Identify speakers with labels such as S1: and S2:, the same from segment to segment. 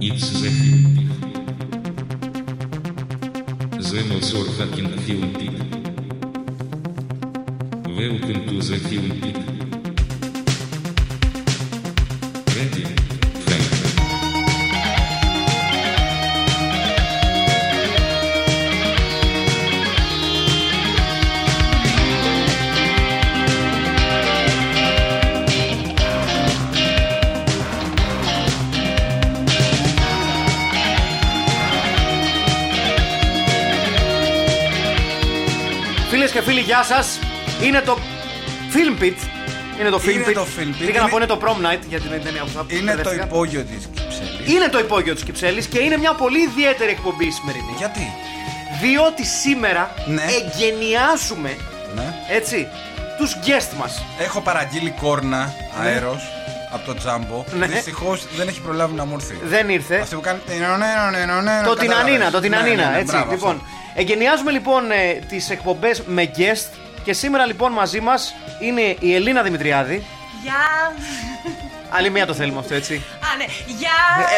S1: Eles refundem. Zemozor Hakim Fiumpit. Welcome to the Fiumpit. Ready? Frank.
S2: Φίλε και φίλοι, γεια σας. Είναι το Film Pit. Είναι το Film
S3: Είναι
S2: Pit.
S3: το Film Pit.
S2: Πήγα να
S3: Είναι-
S2: πω είναι το Prom Night για την ταινία που θα
S3: Είναι το
S2: μπερδεύτηκα.
S3: υπόγειο της Κυψέλης.
S2: Είναι το υπόγειο της Κυψέλης και είναι μια πολύ ιδιαίτερη εκπομπή η σημερινή.
S3: Γιατί.
S2: Διότι σήμερα
S3: Ναι.
S2: εγκαινιάζουμε
S3: Ναι.
S2: έτσι, τους guest μας.
S3: Έχω παραγγείλει κόρνα αέρος από το τζάμπο.
S2: Ναι.
S3: Δυστυχώς δεν έχει προλάβει να μου έρθει.
S2: Δεν ήρθε.
S3: Αυτή που κάνει. Ναι, ναι, ναι, ναι, ναι,
S2: το την
S3: κατάλαβες.
S2: Ανίνα, το την
S3: Ναι, ναι,
S2: Ανίνα.
S3: ναι,
S2: έτσι,
S3: μπράβο,
S2: λοιπόν.
S3: αυτό.
S2: Εγκαινιάζουμε λοιπόν ε, τις εκπομπές με guest και σήμερα λοιπόν μαζί μας είναι η Ελίνα Δημητριάδη.
S4: Γεια!
S2: Άλλη μία το θέλουμε αυτό, έτσι.
S4: Α, ναι, γεια!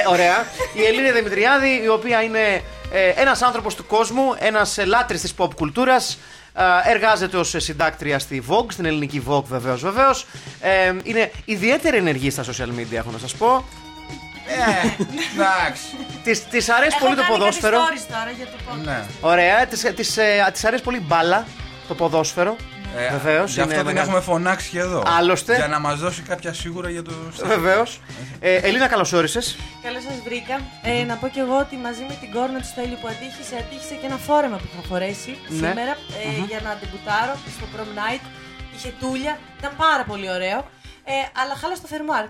S2: Ε, ωραία. Η Ελίνα Δημητριάδη, η οποία είναι ε, ένας άνθρωπος του κόσμου, ένας λάτρης της pop κουλτούρας. Εργάζεται ως συντάκτρια στη Vogue, στην ελληνική Vogue βεβαίως, βεβαίως. Ε, είναι ιδιαίτερη ενεργή στα social media, έχω να σας πω.
S3: Ε, εντάξει.
S2: Της αρέσει
S4: Έχω
S2: πολύ το
S4: κάνει
S2: ποδόσφαιρο.
S4: κάτι stories τώρα για το podcast.
S3: Ναι.
S2: Ωραία. Της της, ε, της αρέσει πολύ η μπάλα, το ποδόσφαιρο.
S3: Ε,
S2: Βεβαίως.
S3: Γι' αυτό δεν έχουμε φωνάξει και εδώ.
S2: Άλλωστε.
S3: Για να μας δώσει κάποια σίγουρα για το.
S2: Βεβαίως. Ε, Ελίνα, καλώς όρισες.
S4: Καλώς σας βρήκα. Ε, να πω και εγώ ότι μαζί με την κόρνα του Στέλιου που ατύχησε, ατύχησε και ένα φόρεμα που είχα φορέσει
S2: Ναι.
S4: σήμερα ε, για να την πουτάρω στο prom night. Είχε τούλια, ήταν πάρα πολύ ωραίο. Ε, αλλά χάλασε το φερμάρ.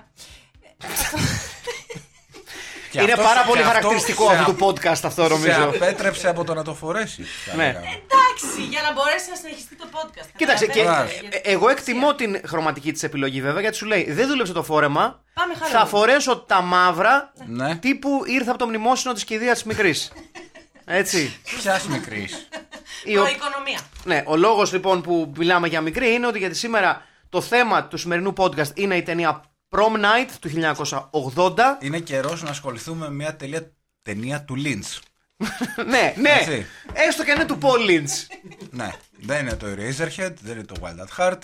S3: Και
S2: Είναι
S3: αυτό
S2: πάρα
S3: σε-
S2: πολύ
S3: και αυτό
S2: χαρακτηριστικό
S3: σε
S2: αυτού του
S3: α-
S2: podcast αυτό,
S3: Σε
S2: νομίζω.
S3: απέτρεψε από το να το φορέσεις. θα
S2: Ναι.
S3: λέγαμε.
S4: Εντάξει, για να μπορέσει να συνεχιστεί το podcast.
S2: Κοίταξε, και,
S4: Καταλαβαίνετε,
S3: Βεβαίως.
S2: ε,
S4: γιατί-
S2: εγώ εκτιμώ την χρωματική της επιλογή βέβαια γιατί σου λέει Δεν δούλεψε το φόρεμα.
S4: Πάμε χαρούμενοι.
S2: θα φορέσω τα μαύρα
S3: Ναι.
S2: τύπου ήρθα από το μνημόσυνο της κηδείας της μικρής. Έτσι.
S3: Ποια μικρής.
S2: Η ο-
S4: Προοικονομία.
S2: Ναι, ο λόγος λοιπόν που μιλάμε για μικρή είναι ότι γιατί σήμερα το θέμα του σημερινού podcast είναι η ταινία Prom Night του 1980.
S3: Είναι καιρός να ασχοληθούμε με μια τελεία- ταινία του Lynch.
S2: ναι, ναι.
S3: Έτσι.
S2: Έστω και αν είναι του Paul Lynch.
S3: Ναι. Δεν είναι το Eraserhead, δεν είναι το Wild at Heart.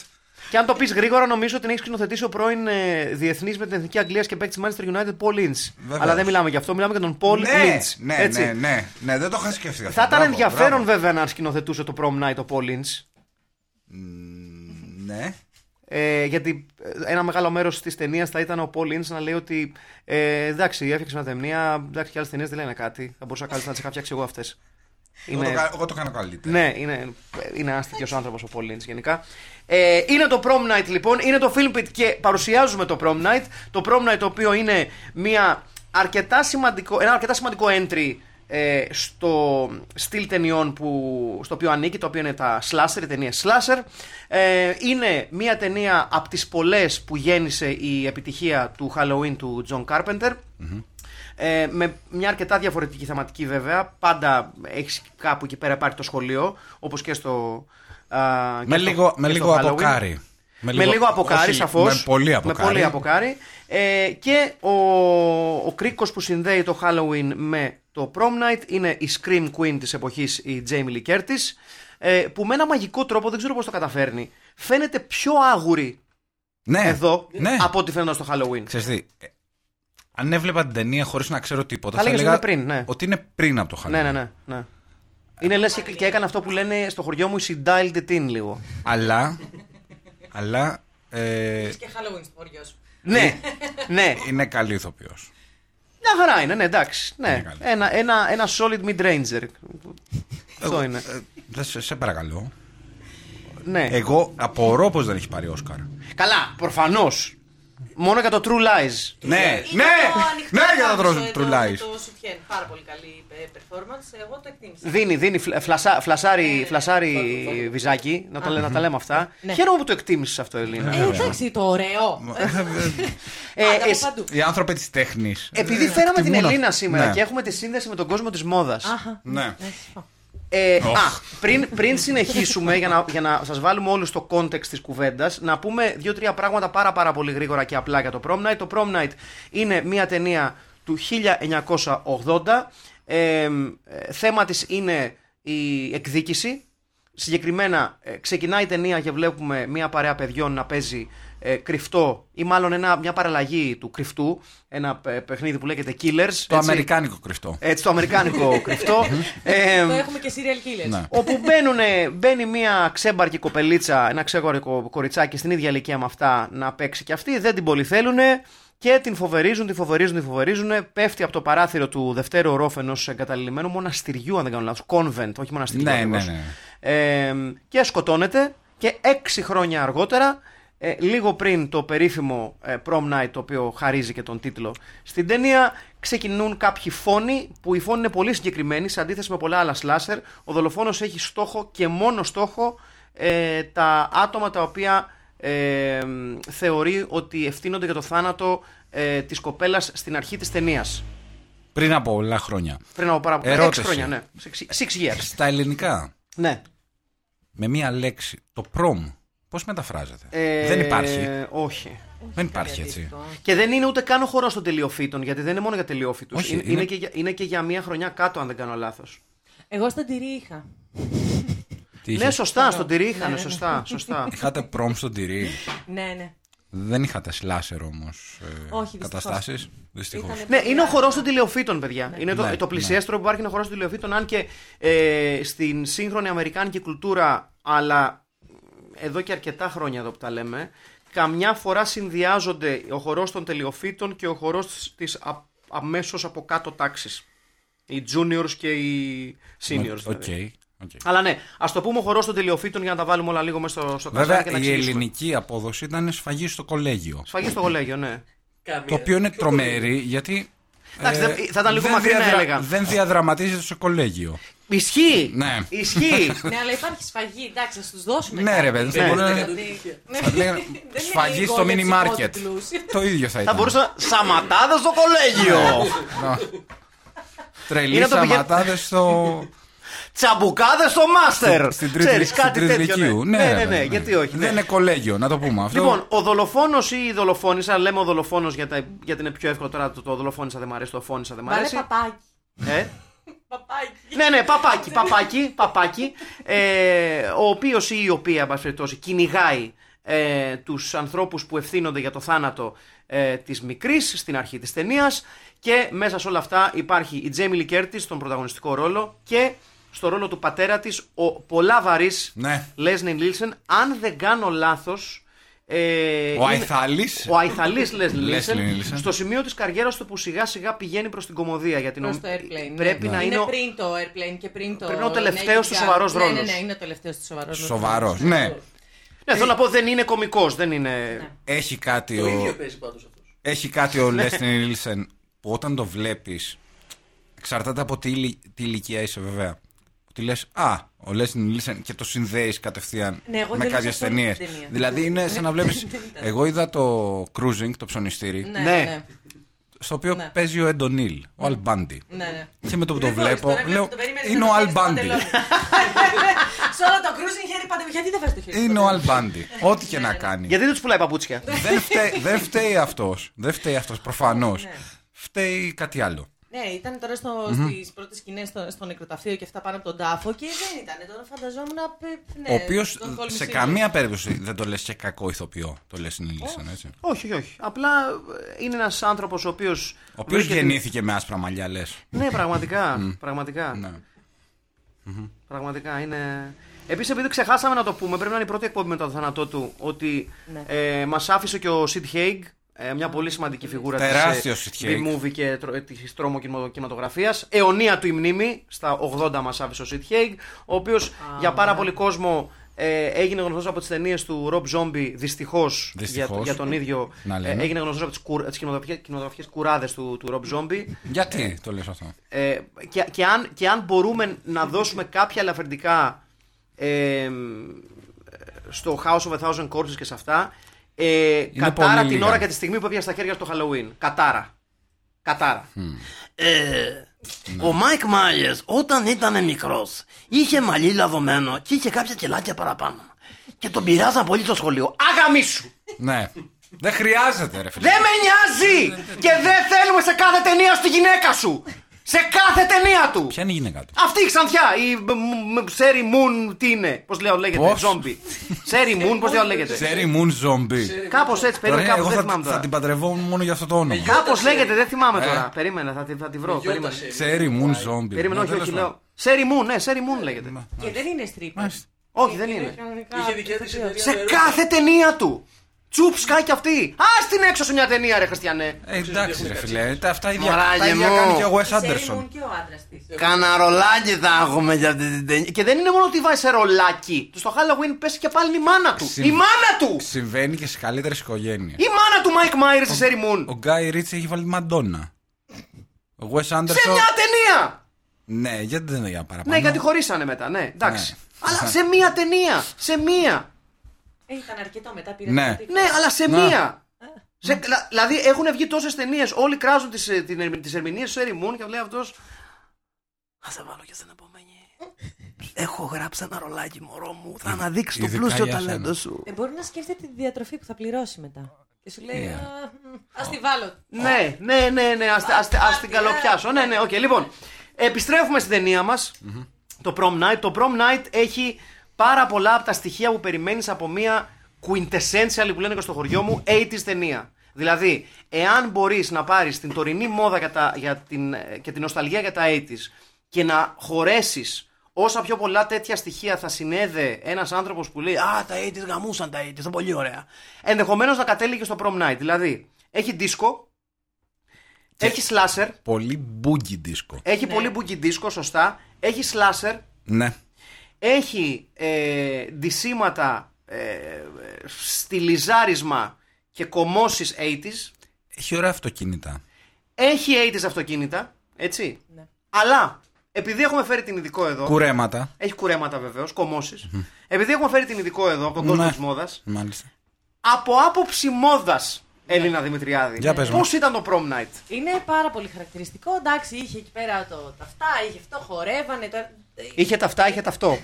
S2: και αν το πεις γρήγορα, νομίζω ότι έχεις σκηνοθετήσει ο πρώην ε, διεθνής με την εθνική Αγγλίας και παίκτης τη Manchester United Paul Lynch.
S3: Βεβαίως.
S2: Αλλά δεν μιλάμε γι' αυτό, μιλάμε για τον Paul
S3: ναι,
S2: Lynch.
S3: ναι,
S2: έτσι.
S3: ναι, ναι, ναι, δεν το είχα σκεφτεί αυτό.
S2: Θα ήταν
S3: Μπράβο,
S2: ενδιαφέρον
S3: μπράβο.
S2: βέβαια να σκηνοθετούσε το Prom Night ο Paul Lynch.
S3: Ναι.
S2: Ε, γιατί ε, ένα μεγάλο μέρος της ταινίας θα ήταν ο Paul Lynch να λέει ότι ε, εντάξει, έφτιαξε μια ταινία. Εντάξει, και άλλες ταινίες δεν λένε κάτι. Θα μπορούσα κάλλιστα να τις είχα φτιάξει εγώ αυτές.
S3: Εγώ, το,
S2: Είναι,
S3: κα- εγώ το κάνω καλύτερα.
S2: ναι, είναι, είναι άστικος άνθρωπος ο Paul Lynch γενικά. Ε, είναι το Prom Night λοιπόν, είναι το Film Pit και παρουσιάζουμε το Prom Night. Το Prom Night το οποίο είναι μια αρκετά σημαντικό, ένα αρκετά σημαντικό entry ε, στο στυλ ταινιών που, στο οποίο ανήκει, το οποίο είναι τα slasher, οι ταινίε slasher. Ε, είναι μια ταινία από τις πολλές που γέννησε η επιτυχία του Halloween του John Carpenter. Ε, με μια αρκετά διαφορετική θεματική βέβαια. Πάντα έχεις κάπου εκεί πέρα υπάρχει το σχολείο, όπως και στο. α, και
S3: Με
S2: στο-
S3: λίγο, με
S2: και
S3: λίγο
S2: στο Halloween.
S3: αποκάρι.
S2: Με λίγο, αποκάρι,
S3: όχι,
S2: σαφώς.
S3: Με πολύ αποκάρι.
S2: Με πολύ αποκάρι. Ε, και ο, ο κρίκος που συνδέει το Halloween με το Prom Night είναι η Scream Queen της εποχής, η Jamie Lee Curtis. ε, που με ένα μαγικό τρόπο, δεν ξέρω πώς το καταφέρνει, φαίνεται πιο άγουρη
S3: Ναι,
S2: εδώ
S3: Ναι.
S2: από ό,τι φαίνονταν στο Halloween.
S3: Ξέρεις τι, ε, αν έβλεπα την ταινία χωρίς να ξέρω τίποτα.
S2: Θα
S3: θα
S2: λέγες
S3: έλεγα
S2: ότι είναι πριν, ναι.
S3: Ότι είναι πριν από το Halloween.
S2: Ναι, ναι, ναι. ναι. Είναι λες και, και έκανε αυτό που λένε στο χωριό μου, she dialed it in λίγο.
S3: Αλλά. αλλά ε,
S4: Και Halloween στο χωριό σου.
S2: ναι, ναι.
S3: είναι καλή ηθοποιός.
S2: Μια χαρά είναι, ναι, εντάξει.
S3: Είναι
S2: Ναι.
S3: καλή.
S2: Ένα, ένα, ένα solid mid-ranger. Αυτό είναι.
S3: ε, σε, σε παρακαλώ.
S2: Ναι.
S3: Εγώ απορώ πως δεν έχει πάρει Όσκαρ.
S2: Καλά, προφανώς. Μόνο για το True Lies.
S3: Ναι,
S4: Ήταν
S3: ναι,
S4: το ανοιχτό
S3: ναι, για
S4: κάμισο
S3: το
S4: εδώ
S3: τρουλάει.
S4: με Το σουτιέν. Πάρα πολύ καλή ε, performance. Εγώ το εκτίμησα.
S2: Δίνει, δίνει, φλα- φλασά, φλασάρι, φλασάρι βυζάκι, να τα, λέ- να τα λέμε αυτά. Χαίρομαι που το εκτίμησες αυτό, Ελίνα.
S4: Ε, εντάξει, το ωραίο.
S2: Ναι.
S3: ε,
S2: Ε,
S4: Άντε, από
S2: εσ-
S4: παντού.
S3: Οι άνθρωποι της τέχνης.
S2: Επειδή φέραμε την Ελίνα σήμερα
S3: ε, Ναι.
S2: και έχουμε τη σύνδεση με τον κόσμο της μόδας.
S4: Αχα.
S3: Ναι.
S2: Ε,
S3: Οχ.
S2: α, πριν, πριν συνεχίσουμε, για να, για να σας βάλουμε όλους στο context της κουβέντας, να πούμε δύο-τρία πράγματα πάρα, πάρα πολύ γρήγορα και απλά για το Prom Night. Το Prom Night είναι μια ταινία του 1980. Ε, ε, θέμα της είναι η εκδίκηση. Συγκεκριμένα ε, ξεκινάει η ταινία και βλέπουμε μια παρέα παιδιών να παίζει ε, κρυφτό ή μάλλον ένα, μια παραλλαγή του κρυφτού, ένα ε, παιχνίδι που λέγεται Killers.
S3: Το αμερικάνικο κρυφτό.
S2: Έτσι, το αμερικάνικο κρυφτό. Ε,
S4: Το έχουμε και serial killers.
S3: Ναι.
S2: όπου μπαίνουνε, μπαίνει μια ξέμπαρκη κοπελίτσα, ένα ξέμπαρκο κοριτσάκι στην ίδια ηλικία με αυτά να παίξει και αυτή. Δεν την πολύ θέλουνε και την φοβερίζουν, την φοβερίζουν, την φοβερίζουν. Πέφτει από το παράθυρο του δευτέρου ορόφου ενός εγκαταλειμμένου μοναστηριού, αν δεν κάνω λάθος. Κόνβεντ, όχι μοναστηριού.
S3: Ναι,
S2: ακριβώς.
S3: ναι, ναι.
S2: Ε, και σκοτώνεται και έξι χρόνια αργότερα, ε, λίγο πριν το περίφημο ε, Prom Night, το οποίο χαρίζει και τον τίτλο στην ταινία, ξεκινούν κάποιοι φόνοι που οι φόνοι είναι πολύ συγκεκριμένοι σε αντίθεση με πολλά άλλα slasher. Ο δολοφόνος έχει στόχο και μόνο στόχο ε, τα άτομα τα οποία ε, μ, θεωρεί ότι ευθύνονται για το θάνατο ε, της κοπέλας στην αρχή της ταινίας.
S3: Πριν από πολλά χρόνια.
S2: Πριν από πάρα πολλά
S3: Ερώτηση.
S2: έξι χρόνια, ναι. Six- Six years.
S3: Στα ελληνικά,
S2: Ναι.
S3: με μία λέξη, το προμ, πώς μεταφράζεται.
S2: Ε,
S3: δεν υπάρχει.
S2: Όχι.
S3: Δεν υπάρχει έτσι.
S2: Και δεν είναι ούτε καν ο χορός των τελειοφύτων, γιατί δεν είναι μόνο για τελειοφύτους.
S3: Όχι,
S2: Είναι,
S3: είναι-
S2: είναι και για, είναι και για μία χρονιά κάτω, αν δεν κάνω λάθος.
S4: Εγώ στον τυρί είχα.
S3: Τι
S2: Ναι,
S3: είχες?
S2: σωστά, στον τυρί είχαν, σωστά. σωστά.
S3: Είχατε πρόμ στον τυρί.
S4: Ναι, ναι.
S3: Δεν είχατε ε, σλάσερ όμως
S4: Όχι, δυστυχώς.
S3: καταστάσεις. Δυστυχώς.
S4: Ήτανε
S2: ναι,
S4: πολύ
S2: είναι ο
S4: ωραία.
S2: χορός των τηλεοφύτων, παιδιά. Είναι το,
S3: Ναι,
S2: το
S3: ναι.
S2: πλησιέστερο που υπάρχει είναι ο χορός των τηλεοφύτων, αν και ε, στην σύγχρονη αμερικάνικη κουλτούρα, αλλά εδώ και αρκετά χρόνια εδώ που τα λέμε, καμιά φορά συνδυάζονται ο χορός των τελειοφύτων και ο χορός της αμέσως από κάτω τάξης. Οι juniors και οι seniors. δηλαδή. Αλλά ναι, ας το πούμε ο χορός των τελειοφύτων για να τα βάλουμε όλα λίγο μέσα στο, στο
S3: Βέβαια,
S2: και να
S3: η
S2: εξηγήσουμε.
S3: ελληνική απόδοση ήταν σφαγή στο κολέγιο.
S2: Σφαγή στο κολέγιο,
S3: Ε,
S2: ναι.
S3: Το οποίο είναι τρομερή γιατί.
S2: Εντάξει,
S3: ε,
S2: δεν- θα ήταν λίγο
S3: δεν
S2: μακρινά,
S3: διαδρα-
S2: έλεγα.
S3: Δεν διαδραματίζεται στο κολέγιο.
S2: Ισχύει!
S3: Ναι.
S2: Ισχύει!
S4: Ναι, αλλά υπάρχει σφαγή, εντάξει, να του δώσουμε.
S3: Ναι,
S4: κάτι.
S3: ρε παιδί, θα
S2: Ναι.
S3: μπορούσε να-
S4: Δηλαδή, ναι.
S3: θα λέγανε
S4: Δεν είναι
S3: Σφαγή
S4: λίγο
S3: στο
S4: για
S3: μίνι
S4: τους
S3: μάρκετ.
S4: υπότιτλους.
S3: Το ίδιο θα
S2: Θα
S3: ήταν.
S2: μπορούσα. Σαματάδες στο κολέγιο! Είναι
S3: Τρελή
S2: να το πηγα-
S3: σαματάδες στο.
S2: Τσαμπουκάδες στο μάστερ!
S3: Στην τρίτη, στην τρίτη λυκείου.
S2: Ναι, ναι, ναι,
S3: ρε,
S2: γιατί όχι. ναι.
S3: Δεν είναι κολέγιο, να το πούμε αυτό.
S2: Λοιπόν, ο δολοφόνος ή η δολοφόνησα, λέμε ο δολοφόνος γιατί είναι πιο εύκολο τώρα το, το δολοφόνησα δεν μ' αρέσει, το φόνησα δεν μ'
S4: Βάλε
S2: αρέσει.
S4: παπάκι.
S2: Ε,
S4: Παπάκι.
S2: Ναι, ναι, παπάκι, παπάκι, παπάκι. Ε, ο οποίος ή η οποία, εν πάση περιπτώσει, κυνηγάει ε, τους ανθρώπους που ευθύνονται για το θάνατο ε, της μικρής στην αρχή της ταινίας. Και μέσα σε όλα αυτά υπάρχει η Τζέμι Λικέρτη στον πρωταγωνιστικό ρόλο και στο ρόλο του πατέρα της ο πολλά βαρύς
S3: Ναι.
S2: Λέσνι Νίλσεν. Αν δεν κάνω λάθος. Ε,
S3: Ο
S2: είναι-
S3: Αϊθάλης.
S2: ο Αϊθαλή Λέσλι
S3: Leslie Nielsen.
S2: Νίλσεν στο σημείο της καριέρας του που σιγά σιγά πηγαίνει προς την κομμωδία. Γιατί
S4: Προς
S2: νομ-
S4: το airplane. ναι.
S2: πρέπει να είναι.
S4: είναι
S2: ο-
S4: πριν το airplane και πριν το.
S2: Πριν ο τελευταίος
S4: Naked
S2: του
S4: Gun.
S2: σοβαρός
S4: Ναι, Ναι,
S2: ρόλος.
S4: ναι, είναι ο τελευταίος του σοβαρό ρόλο.
S3: Σοβαρός. Ναι.
S2: Ναι, θέλω να πω δεν είναι κωμικός, δεν είναι.
S3: Έχει κάτι
S5: Το ίδιο
S3: ο,
S5: παίζει πάντως αυτός.
S3: έχει κάτι ο Λέστι Νίλσεν που όταν το βλέπεις. Εξαρτάται από τι, ηλι- τι ηλικία είσαι, βέβαια. Ότι λες, Α, ο Λέστι Νίλσεν και το συνδέεις κατευθείαν
S4: Ναι, εγώ
S3: με
S4: δεν
S3: κάποιες
S4: είδα αυτή
S3: ταινίες.
S4: την ταινία.
S3: Δηλαδή είναι σαν να βλέπει. εγώ είδα το Cruising, το ψωνιστήρι,
S4: Ναι,
S2: Ναι.
S4: ναι.
S3: στο οποίο
S4: Ναι.
S3: παίζει ο Εντονίλ, ο Αλμπάντι.
S4: ναι, ναι.
S3: Και με το που το
S4: Ρε, τώρα,
S3: βλέπω,
S4: τώρα,
S3: λέω,
S4: το περίμενες
S3: είναι
S4: να
S3: ο
S4: το βάλεις στο
S3: Αλμπάντι.
S4: παντελόνι. Σε όλο το cruising χέρι πάντα. Γιατί δεν βάζει το χέρι. στο
S3: Είναι ο
S4: παντελόνι?
S3: Αλμπάντι.
S4: ναι,
S3: Ό,τι και να κάνει.
S2: Γιατί δεν τους πουλάει παπούτσια.
S3: δεν, φταίει, δεν φταίει αυτός. Δεν φταίει αυτός προφανώς. φταίει κάτι άλλο.
S4: Ναι, ήταν τώρα στο, στις πρώτες σκηνές στο, στο νεκροταφείο και αυτά πάνω από τον τάφο και δεν ήταν. Τώρα φανταζόμουν να πει-
S3: Ο
S4: ναι,
S3: οποίος
S4: τον Colm
S3: σε
S4: Simmons.
S3: καμία περίπτωση δεν το λες και κακό ηθοποιό. Το λες συνήλυσαν έτσι.
S2: όχι, όχι, όχι. Απλά ε, είναι ένας άνθρωπος ο οποίος.
S3: Ο οποίος γεννήθηκε με άσπρα μαλλιά, λες.
S2: Ναι, πραγματικά. πραγματικά.
S3: Ναι.
S2: Πραγματικά είναι. Επίσης, επειδή ξεχάσαμε να το πούμε, πρέπει να είναι η πρώτη εκπομπή μετά το θάνατό του ότι
S4: Ναι.
S2: ε, μας άφησε και ο Σιτ Χέιγκ. ε, μια πολύ σημαντική φιγούρα
S3: Τεράστιος
S2: της, ε,
S3: Sid Haig.
S2: B-movie και τρο- ε, της τρόμο κινηματογραφίας. Αιωνία του η μνήμη, στα 80 μας άφησε ο Σιτ Χέιγκ, ο οποίος για πάρα πολύ κόσμο ε, έγινε γνωστός από τις ταινίες του Rob Zombie, δυστυχώς,
S3: Δυστυχώς.
S2: Για, για τον ίδιο,
S3: Να
S2: ε,
S3: λέμε.
S2: έγινε γνωστός από τις, κουρ, τις κινηματογραφικές, κινηματογραφικές κουράδες του, του Rob Zombie.
S3: Γιατί το λες αυτό.
S2: Ε, και, και, αν, και αν μπορούμε να δώσουμε κάποια ελαφρυντικά ε, στο House of a Thousand Corpses και σε αυτά, ε, κατάρα
S3: πολύ
S2: την
S3: λίγα.
S2: ώρα και τη στιγμή που έπιασε στα χέρια στο Halloween. Κατάρα. Κατάρα.
S6: Ε, ο Μάικ Μάιερ όταν ήταν μικρός είχε μαλλί λαδωμένο και είχε κάποια κελάκια παραπάνω. Και τον πειράζαν πολύ στο σχολείο.
S2: Άγαμί σου!
S3: ναι. Δεν χρειάζεται, ρε φίλε.
S2: Δεν με νοιάζει! και δεν θέλουμε σε κάθε ταινία στη γυναίκα σου! Σε κάθε ταινία του!
S3: Ποια είναι η γυναίκα του.
S2: Αυτή η ξανθιά, η μ, μ, μ, Σέρι Μουν, τι είναι, πώς λέω λέγεται,
S3: Πώς?
S2: Ζόμπι. Σέρι Μουν, πώς λέω λέγεται.
S3: Σέρι Μουν Ζόμπι.
S2: Κάπως έτσι, περίμενα,
S3: Τώρα, ε,
S2: κάπως
S3: εγώ
S2: δεν
S3: θα,
S2: θυμάμαι
S3: θα
S2: τώρα. Ε,
S3: την παντρευόμουν μόνο για αυτό το όνομα.
S2: Κάπω λέγεται, δεν θυμάμαι
S3: Ε.
S2: τώρα. Περίμενα, θα τη, θα τη βρω. Περίμενα,
S3: Σέρι Μουν Ζόμπι.
S2: περίμενα
S3: Ναι,
S2: όχι,
S3: τέλος
S2: όχι,
S3: πάντων.
S2: λέω. Σέρι Μουν, ναι, Σέρι Μουν λέγεται.
S4: Και δεν είναι στρίπ.
S3: Μάλιστα.
S2: Όχι, δεν είναι.
S5: Είχε δικιά τη εταιρεία.
S2: Σε
S5: το έργο.
S2: κάθε ταινία του. Τσουπ σκάει κι αυτή. Α την έξω σε μια ταινία, ρε Χριστιανέ.
S3: Ε, εντάξει, ρε φίλε. τα- Αυτά ίδια
S2: Μωράγε
S3: τα ίδια
S2: μου.
S3: κάνει και ο Wes
S4: Σέριμουν
S3: Anderson.
S4: και ο άντρας της.
S2: Καναρολάκι θα έχουμε για αυτή την ταινία. Και δεν είναι μόνο ότι βάζει ρολάκι. Στο Halloween πέσει και πάλι η μάνα του.
S3: Συμ-
S2: Η μάνα του!
S3: Συμβαίνει και στι καλύτερες οικογένειες.
S2: Η μάνα του Μάικ Myers στη Σέρι Μουν.
S3: Ο Γκάι Ρίτσι έχει βάλει Μαντόνα. Ο Wes
S2: Σε
S3: Anderson.
S2: μια ταινία!
S3: Ναι, γιατί δεν είναι για παραπάνω.
S2: Ναι, γιατί χωρίσανε μετά, ναι, εντάξει.
S3: Ναι.
S2: Αλλά σε μία ταινία! Σε μία!
S4: Ε, Ήταν αρκετό μετά πήρε.
S3: Ναι.
S4: το δικό.
S2: Ναι, αλλά σε
S3: Ναι.
S2: μία! Σε, δηλα- δηλαδή έχουν βγει τόσες ταινίες, όλοι κράζουν τις τις, ερμη- τις ερμηνείες του Έρι Μουν και λέει αυτό.
S6: Θα σε βάλω και στην επόμενη. Έχω γράψει ένα ρολάκι, μωρό μου. Θα αναδείξει το
S3: ειδικά
S6: πλούσιο
S3: για σένα.
S6: ταλέντο σου.
S4: Ε, μπορεί να σκέφτεται τη διατροφή που θα πληρώσει μετά. Και σου λέει.
S3: Yeah.
S4: «Α, μ, Ας τη βάλω.
S2: Ναι, ναι, ναι, ναι, ας, ας, ας την καλοπιάσω. Ναι, ναι, οκ. Λοιπόν, επιστρέφουμε στην ταινία μας. Το prom night. Το prom night έχει πάρα πολλά από τα στοιχεία που περιμένεις από μία quintessential που λένε και στο χωριό μου 80s ταινία. Δηλαδή, εάν μπορείς να πάρεις την τωρινή μόδα για τα- για την, και την νοσταλγία για τα 80s και να χωρέσεις όσα πιο πολλά τέτοια στοιχεία θα συνέδε ένας άνθρωπος που λέει Α, τα 80s γαμούσαν τα 80s, ήταν πολύ ωραία. Ενδεχομένως να κατέληγε στο prom night. Δηλαδή, έχει disco, έχει slasher,
S3: Πολύ μπούγκι δίσκο.
S2: έχει πολύ μπουκι disco, σωστά. Έχει slasher,
S3: Ναι.
S2: έχει ε, ντυσίματα, ε, στυλιζάρισμα και κομμώσεις 80s.
S3: Έχει ωραία αυτοκίνητα.
S2: Έχει 80s αυτοκίνητα, έτσι. Αλλά επειδή έχουμε φέρει την ειδικό εδώ.
S3: Κουρέματα.
S2: Έχει κουρέματα βεβαίως, κομμώσεις. Επειδή έχουμε φέρει την ειδικό εδώ από τον κόσμο
S3: Ναι.
S2: της μόδας.
S3: Μάλιστα.
S2: Από άποψη μόδας, Έλληνα Δημητριάδη.
S3: Για πες μου.
S2: Πώς ήταν το prom night.
S4: Είναι πάρα πολύ χαρακτηριστικό. Εντάξει, είχε εκεί πέρα το, τα αυτά, είχε αυτό, χορεύανε. Το...
S2: Είχε τα αυτά, είχε τα αυτό.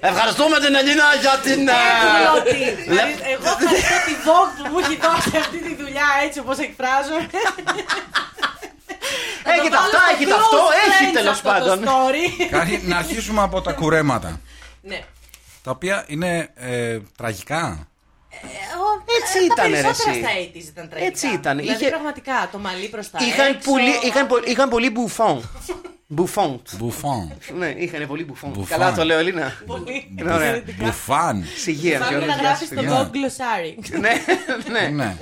S2: Ευχαριστούμε την Ελίνα για την. ε,
S4: Έχουμε ότι. Δηλαδή, Εγώ ευχαριστώ τη Vogue που μου έχει δώσει αυτή τη δουλειά έτσι όπως εκφράζομαι.
S2: Έχει τα
S4: βάλω
S2: αυτά, έχει
S4: στο
S2: τα
S4: Close
S2: αυτό, έχει
S4: Friends
S2: τέλος
S4: αυτό το
S2: πάντων.
S4: story.
S3: Κάνει- να αρχίσουμε από τα κουρέματα.
S4: Ναι.
S3: Τα οποία είναι ε, τραγικά.
S4: Εγώ,
S2: Έτσι
S4: ε, τα
S2: ήταν, ρε,
S4: περισσότερα
S2: εσύ.
S4: στα 80s ήταν τραγικά.
S2: Έτσι ήταν.
S4: Δηλαδή
S2: Είχε-
S4: πραγματικά το μαλλί προς τα
S2: Είχαν
S4: έξω.
S2: πολύ, είχαν, πο- είχαν πολύ μπουφόν. Μπουφόν.
S3: Μπουφάν.
S2: Ναι, είχαν πολύ μπουφόν.
S3: Μπουφόν.
S2: Καλά το λέω, Ελίνα.
S4: Πολύ.
S2: Είναι Ναι, ωραία.
S3: Μπουφάν.
S2: Συγεία, πιο
S4: Πάμε να
S2: ωραία.
S4: γράφεις το
S3: Ναι.
S4: Vogue Glossary.
S2: Ναι, ναι.
S3: ναι.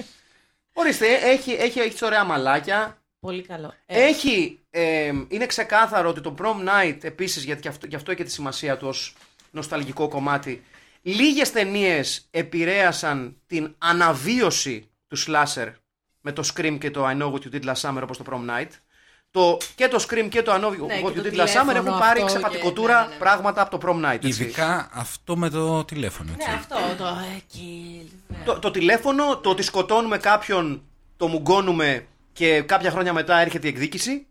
S2: Ορίστε, έχει, έχει, έχει τις ωραία μαλάκια.
S4: Πολύ καλό. Ε,
S2: Έχει, ε, είναι ξεκάθαρο ότι το prom night επίσης, γιατί και αυτό, γι' αυτό έχει τη σημασία του ως νοσταλγικό κομμάτι, λίγες ταινίες επηρέασαν την αναβίωση του slasher με το Scream και το I know what you did last summer όπως το prom night. Το, και το Scream και το I know
S4: Ναι,
S2: what
S4: και
S2: you
S4: το
S2: did last summer
S4: τηλέφωνο
S2: έχουν πάρει
S4: αυτό
S2: ξεπατικοτούρα
S4: και- ναι, ναι, ναι.
S2: πράγματα από το prom night. έτσι.
S3: Ειδικά αυτό με το τηλέφωνο.
S4: Ναι,
S3: Έτσι.
S4: αυτό το ε, kill. Ναι.
S2: Το, το τηλέφωνο, το ότι σκοτώνουμε κάποιον, το μουγκώνουμε και κάποια χρόνια μετά έρχεται η εκδίκηση.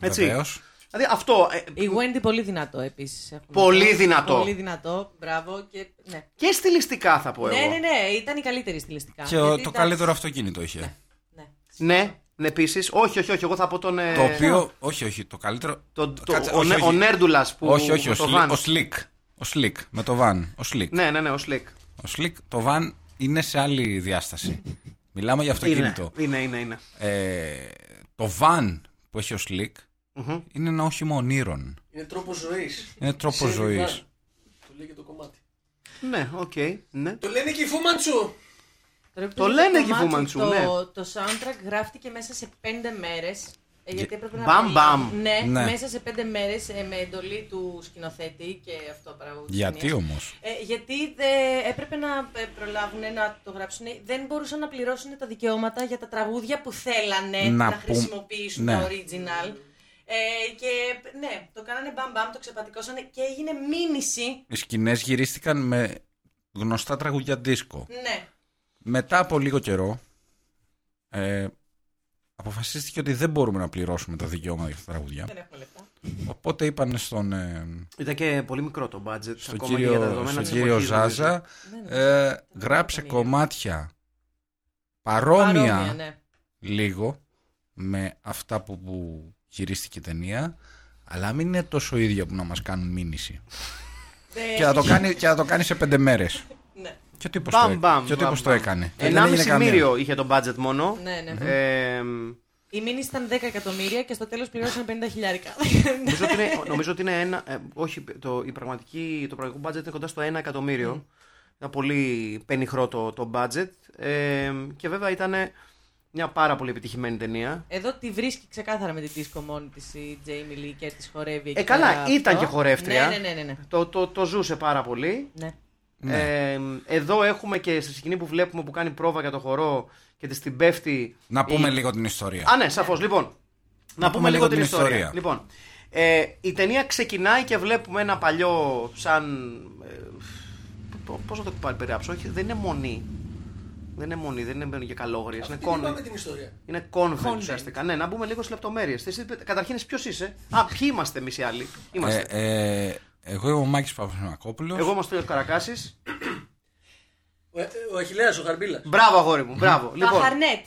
S2: Έτσι.
S3: Βεβαίως.
S2: Δηλαδή αυτό. ε,
S4: Η Wendy πολύ δυνατό επίσης.
S2: Πολύ δυνατό.
S4: Πολύ δυνατό. Μπράβο. Και... Ναι.
S2: και στιλιστικά θα πω εγώ.
S4: ναι, ναι, ναι. Ήταν η καλύτερη στιλιστικά.
S3: Και ο-
S4: Γιατί
S3: το
S4: ήταν-
S3: καλύτερο αυτοκίνητο είχε.
S4: Ναι.
S2: Ναι, επίσης. Όχι, όχι, όχι. Εγώ θα πω τον. ε,
S3: Το οποίο. Όχι, όχι. Το καλύτερο.
S2: τον- το-
S3: Κάτσε,
S2: ο,
S3: όχι,
S2: νε-
S3: όχι.
S2: ο Νέρντουλας που.
S3: Όχι, όχι. Ο,
S2: το
S3: Slick-
S2: βαν.
S3: ο Slick. Ο Slick. Με το βαν. Ο Slick.
S2: Ναι, ναι, ναι, ο Σλικ.
S3: Ο Slick, το βαν είναι σε άλλη διάσταση. Μιλάμε για
S2: Είναι,
S3: αυτοκίνητο.
S2: είναι, είναι. είναι.
S3: Ε, το βαν που έχει ο Slick
S2: Μμμ.
S3: είναι ένα όχημα ονείρων.
S5: Είναι τρόπο ζωής.
S3: Είναι τρόπο ζωή.
S5: Το λέει και το κομμάτι.
S2: Ναι, οκ. ναι.
S5: Το λένε και οι Φούμαντσου.
S4: Τώρα που
S2: Το
S4: το
S2: λένε
S4: κομμάτι,
S2: εκεί Βουμαντσού,
S4: το,
S2: ναι.
S4: Το soundtrack γράφτηκε μέσα σε πέντε μέρες. Γιατί έπρεπε να
S2: Μπαμ,
S4: πάει-
S2: μπαμ.
S4: Ναι,
S3: Ναι.
S4: μέσα σε πέντε μέρες με εντολή του σκηνοθέτη και αυτό παραγωγού. της
S3: Γιατί
S4: ταινίας.
S3: όμως.
S4: Ε, γιατί δε- έπρεπε να ε, προλάβουν να το γράψουν. Δεν μπορούσαν να πληρώσουν τα δικαιώματα για τα τραγούδια που θέλανε να,
S3: Να που-
S4: χρησιμοποιήσουν
S3: ναι.
S4: τα original. Ε, και ναι, το κάνανε μπαμ μπαμ, το ξεπατικώσανε και έγινε μήνυση.
S3: Οι σκηνές γυρίστηκαν με γνωστά τραγουδιά δίσκο.
S4: Ναι.
S3: Μετά από λίγο καιρό ε, αποφασίστηκε ότι δεν μπορούμε να πληρώσουμε τα δικαιώματα για αυτά τα τραγουδιά.
S4: Δεν έχουμε λεφτά.
S3: Οπότε είπαν στον, ε,
S2: Ήταν και πολύ μικρό το budget.
S3: στον
S2: ακόμα και για τα
S3: κύριο,
S2: δεδομένα
S3: στον
S2: της
S4: Ναι,
S3: κύριο
S2: εποχής, νομίζω.
S3: Ζάζα,
S4: Δεν
S3: ε, γράψε κομμάτια παρόμοια,
S4: Παρόμοια, ναι.
S3: λίγο με αυτά που, που γυρίστηκε η ταινία, αλλά μην είναι τόσο ίδια που να μας κάνουν μήνυση.
S2: Ε,
S4: Δεν-
S3: και, θα το κάνει, και θα το κάνει σε πέντε μέρες.
S4: Ε, Ναι,
S3: Και ο τύπος
S2: Μπαμ,
S3: το,
S2: μπαμ,
S3: και ο
S2: μπαμ,
S3: τύπος το
S2: μπαμ.
S3: έκανε. Και δεν έγινε
S2: 1,5
S3: καμία.
S2: μύριο είχε το budget μόνο.
S4: ναι, ναι.
S2: Ε,
S4: Η μήνυση ήταν 10 εκατομμύρια και στο τέλος πληρώσαν 50 χιλιάρικα.
S2: νομίζω, ότι είναι, νομίζω ότι είναι ένα. ε, όχι, το, η πραγματική, το πραγματικό budget είναι κοντά στο 1 εκατομμύριο. Ήταν πολύ πενιχρό το, το budget. Ε, και βέβαια ήταν μια πάρα πολύ επιτυχημένη ταινία.
S4: Εδώ τη βρίσκει ξεκάθαρα με τη δίσκο μόνη της η Τζέιμι Λί και τη χορεύει. εκεί
S2: Ε, καλά,
S4: πέρα
S2: ήταν
S4: αυτό.
S2: και χορεύτρια.
S4: Ναι, ναι, ναι. ναι, ναι.
S2: Το, το, το ζούσε πάρα πολύ.
S4: ναι.
S2: Ε, εδώ έχουμε και στη σκηνή που βλέπουμε που κάνει πρόβα για το χορό και της την πέφτει.
S3: Να πούμε
S2: η-
S3: λίγο την ιστορία.
S2: Α, ναι, σαφώς. Λοιπόν, να, πούμε λίγο την ιστορία.
S3: ιστορία.
S2: Λοιπόν, ε, η ταινία ξεκινάει και βλέπουμε ένα παλιό σαν. Ε, Πώς να το περιγράψω, Όχι, δεν είναι μονή. Δεν είναι μονή, δεν είναι για καλόγριες. Είναι
S5: Τι
S2: κόνη.
S5: είπαμε την ιστορία.
S2: Είναι convent ουσιαστικά. Ναι, να μπούμε λίγο στις λεπτομέρειες. Καταρχήν, ποιος είσαι. Α, ποιοι είμαστε εμείς οι άλλοι. Είμαστε.
S3: Ε, ε, εγώ είμαι ο Μάκης Παπασημακόπουλος.
S2: Εγώ είμαι ο Στέλιος Καρακάσης.
S5: Ο, ε, ο Αχιλέας, ο Χαρμπίλα.
S2: Μπράβο, αγόρι μου, μπράβο.
S4: Το
S2: λοιπόν,
S4: Αχαρνέτ.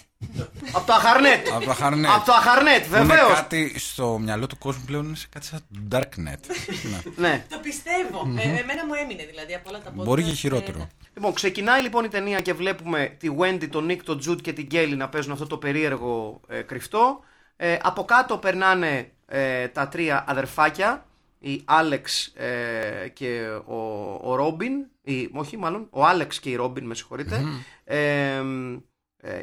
S2: από το Αχαρνέτ.
S3: Από το Αχαρνέτ.
S2: από το Αχαρνέτ,
S3: Που είναι
S2: βεβαίως.
S3: κάτι στο μυαλό του κόσμου πλέον είναι σε κάτι σαν το Darknet. Ναι.
S2: Ναι.
S4: Το πιστεύω. Ε, εμένα μου έμεινε δηλαδή από όλα τα πόδια.
S3: Μπορεί και χειρότερο.
S2: Λοιπόν, ξεκινάει λοιπόν η ταινία και βλέπουμε τη Wendy, τον Nick, τον Τζουτ και την Γκέλη να παίζουν αυτό το περίεργο ε, κρυφτό. Ε, από κάτω περνάνε ε, τα τρία αδερφάκια, η Άλεξ ε, και ο, ο Ρόμπιν, η, όχι μάλλον, ο Άλεξ και η Ρόμπιν, με συγχωρείτε. Ε, ε,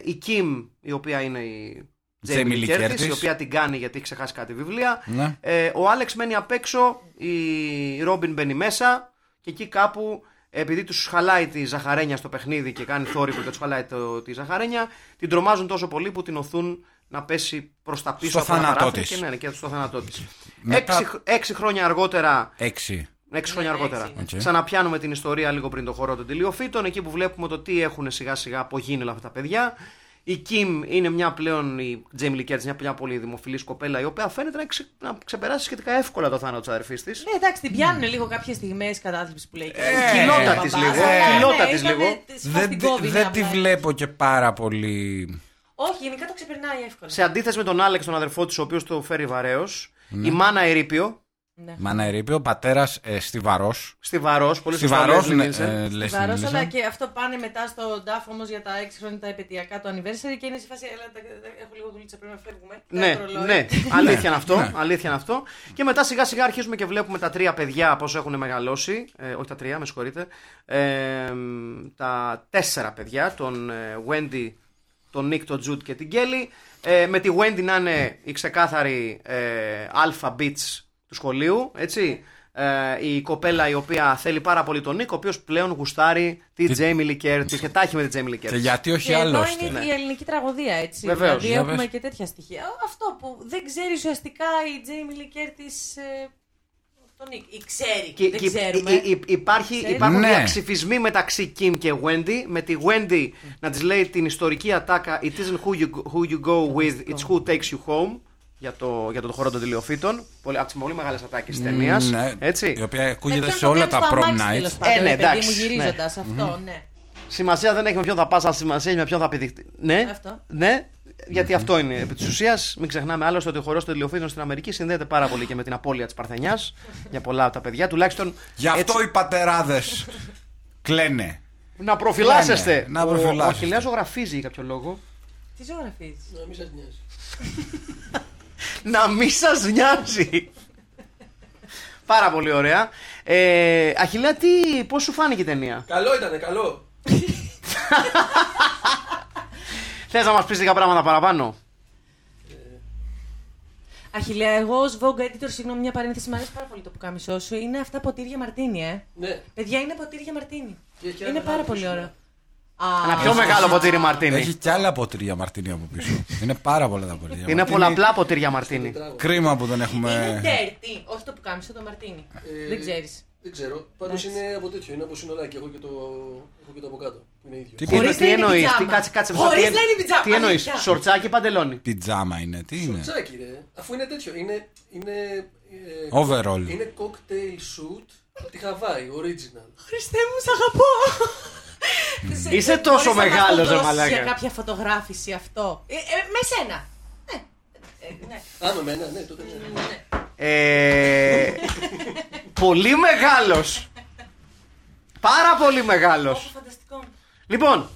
S2: η Κιμ, η οποία είναι η Τζέιμι
S3: Jamie Lee
S2: Λικέρτης, η
S3: Curtis.
S2: οποία την κάνει γιατί έχει ξεχάσει κάτι βιβλία.
S3: Ναι.
S2: Ε, ο Άλεξ μένει απ' έξω, η Ρόμπιν μπαίνει μέσα και εκεί κάπου επειδή τους χαλάει τη ζαχαρένια στο παιχνίδι και κάνει θόρυβο και τους χαλάει το, τη ζαχαρένια, την τρομάζουν τόσο πολύ που την οθούν να πέσει προς τα πίσω
S3: Στο
S2: από τα
S3: θάνατό
S2: παράθυρα
S3: της.
S2: Και, ναι, και στο θάνατό της.
S3: Μετά-
S2: Έξι, χ- έξι χρόνια αργότερα.
S3: Έξι.
S2: Έξι χρόνια
S4: έξι
S2: αργότερα.
S4: είναι.
S3: Οκ.
S2: Ξαναπιάνουμε την ιστορία λίγο πριν το χορό των τελειοφύτων, εκεί που βλέπουμε το τι έχουν σιγά σιγά απογίνει όλα αυτά τα παιδιά. Η Κιμ είναι μια πλέον, η Τζέιμ Λικέρτ, μια πλέον πολύ δημοφιλής κοπέλα, η οποία φαίνεται να, ξε- να ξεπεράσει σχετικά εύκολα το θάνατο της αδερφής της.
S4: Ναι, εντάξει, την πιάνουν λίγο κάποιες στιγμές κατάθλιψη που λέει. και
S3: Ε,
S4: ο
S3: κοιλότα
S4: μπαμπάς,
S2: της λίγο,
S4: αλλά
S2: κοιλότα
S4: ναι,
S2: της
S4: ήταν
S2: λίγο.
S3: Δεν,
S4: σφαστικό
S3: τη-
S4: βήμα
S3: δεν
S4: απλά.
S3: τη βλέπω και πάρα πολύ.
S4: Όχι, γενικά το ξεπερνάει εύκολα.
S2: Σε αντίθεση με τον Άλεξ, τον αδερφό της, ο οποίος το φέρει βαρέως,
S3: Ναι.
S2: η Μάνα Ερήπιο,
S4: Ναι.
S3: Μάνα ερήπη, ο πατέρας ε, στιβαρός.
S2: στιβαρός, πολύ σωστά
S3: Στιβαρό,
S2: λέει,
S3: ναι,
S2: Λίντσεν.
S3: ε, λες την
S4: Βαρός,
S3: Ελίζα.
S4: αλλά και αυτό πάνε μετά στον τάφο όμως για τα 6 χρόνια τα επαιτειακά του anniversary και είναι σε φάση. Ελά, τα- τα- έχω λίγο δουλίτσα, πρέπει να φεύγουμε.
S2: Ναι,
S4: Κάτω ρολόι.
S2: ναι, αλήθεια είναι αυτό.
S3: Ναι.
S2: αλήθεια είναι αυτό. Και μετά σιγά σιγά αρχίζουμε και βλέπουμε τα τρία παιδιά πόσο έχουν μεγαλώσει. Ε, όχι τα τρία, με συγχωρείτε. Ε, μ, τα τέσσερα παιδιά, τον ε, Wendy, τον Nick, τον Jude και την Kelly. Ε, με τη Wendy να είναι η ξεκάθαρη ε, αλφα bitch του σχολείου, έτσι. Ε, η κοπέλα η οποία θέλει πάρα πολύ τον Nick, ο οποίος πλέον γουστάρει τη Jamie Lee Curtis και τα έχει με τη Jamie Lee Curtis.
S3: Και γιατί
S4: Και
S3: όχι
S4: εδώ
S3: άλλωστε.
S4: είναι η ελληνική τραγωδία, έτσι.
S2: Βεβαίως,
S4: δηλαδή
S3: για
S4: έχουμε
S3: πες.
S4: και τέτοια στοιχεία. Αυτό που δεν ξέρει ουσιαστικά η Τζέιμι Λικέρ τη. ε, Τον Νίκ. Ή ξέρει.
S2: Και-
S4: δεν
S2: και
S4: ξέρουμε.
S2: υ- υ- υπάρχει,
S4: Ξέρουμε.
S2: Υπάρχουν
S3: Ναι.
S2: διαξυφισμοί μεταξύ Kim και Wendy. Με τη Wendy να της λέει την ιστορική ατάκα It isn't who you, who you go with, it's who takes you home. Για το, για το χώρο των τελειοφύτων. Πολύ, από τις πολύ μεγάλες ατάκες της ταινίας.
S3: Ναι,
S2: Έτσι.
S3: Η οποία
S4: Εκείνο
S3: ακούγεται
S4: το
S3: σε όλα
S4: κάνει
S3: τα
S4: στο
S3: prom
S4: αμάξι, τέλος
S3: nights.
S4: πάντων,
S2: Ε, ναι,
S4: ρε παιδί
S2: εντάξει,
S4: μου
S2: ναι.
S4: γυρίζοντας αυτό, ναι.
S2: Σημασία δεν έχει με ποιον θα πας, αλλά σημασία έχει με ποιον θα πηδήχτε. Ναι,
S4: Αυτό.
S2: ναι, γιατί αυτό είναι. Επί της ουσίας, μην ξεχνάμε άλλωστε ότι ο χορός των τελειοφύτων στην Αμερική συνδέεται πάρα πολύ και με την απώλεια της Παρθενιάς για πολλά από τα παιδιά. Τουλάχιστον
S3: Γι' αυτό
S2: έτσι-
S3: οι πατεράδες κλαίνε.
S2: να προφυλάσσεστε.
S3: Ναι, να
S2: Ο- Ο,
S3: προφυλάσσεστε.
S2: Αχιλέας ζωγραφίζει για κάποιο λόγο.
S4: Τι ζωγραφίζεις.
S5: Να μην σας νοιάζει.
S2: να μη σας νοιάζει. Πάρα πολύ ωραία. Ε, Αχιλέα, τι, πώς σου φάνηκε η ταινία.
S5: Καλό ήτανε, καλό.
S2: Θες να μας πεις λίγα πράγματα παραπάνω.
S4: Αχιλέα, εγώ ως Vogue Editor, συγγνώμη, μια παρένθεση, μου αρέσει πάρα πολύ το που κάμισό σου. Είναι αυτά ποτήρια μαρτίνι, ε.
S5: Ναι.
S4: Παιδιά, είναι ποτήρια μαρτίνι.
S5: Και έχει
S4: Είναι
S5: ένα
S4: πάρα
S5: άλλο
S4: πολύ
S5: πίσω.
S4: ωραίο.
S2: Ένα πιο μεγάλο ποτήρι Μαρτίνι.
S3: Έχει κι άλλα ποτήρια μαρτίνι από πίσω. είναι πάρα πολλά τα ποτήρια.
S2: Είναι
S3: Μαρτίνι.
S2: πολλαπλά ποτήρια Μαρτίνι.
S3: Κρίμα που δεν έχουμε.
S4: Είναι
S2: Ε.
S4: dirty. Όχι το που κάμισο, το μαρτίνι.
S5: Ε,
S4: Δεν ξέρεις.
S5: Δεν ξέρω. Πάντως είναι από τέτοιο. Είναι από συνολάκι. Έχω και το, έχω και το από κάτω. που Είναι ίδιο.
S3: Τι
S2: Τι,
S4: Χωρίς
S2: τι
S4: να είναι
S2: εννοείς,
S4: πιτζάμα.
S2: τι, κάτσε, κάτσε. μισό,
S4: Χωρίς
S2: τι εν-
S4: να είναι πιτζάμα,
S2: Τι εννοείς,
S4: αλήθεια.
S2: σορτσάκι ή παντελόνι.
S3: Πιτζάμα είναι, τι είναι.
S5: Τσάκι, ρε. Αφού είναι τέτοιο. Είναι. είναι ε,
S3: Overall.
S5: Είναι cocktail suit από τη Χαβάη, original.
S4: Χριστέ μου, σ' αγαπώ. Είσαι,
S2: Είσαι τόσο
S4: μπορείς να μας
S2: μεγάλος,
S4: το
S2: ρε
S4: δώσεις
S2: μαλάκα.
S4: Για κάποια φωτογράφηση αυτό. Ε, ε, με σένα. Ναι. Ε, ναι.
S5: Α, με μένα, ναι, τότε. ναι.
S2: Ε, πολύ μεγάλος. Πάρα πολύ μεγάλος.
S4: Ω, Φανταστικό.
S2: Λοιπόν,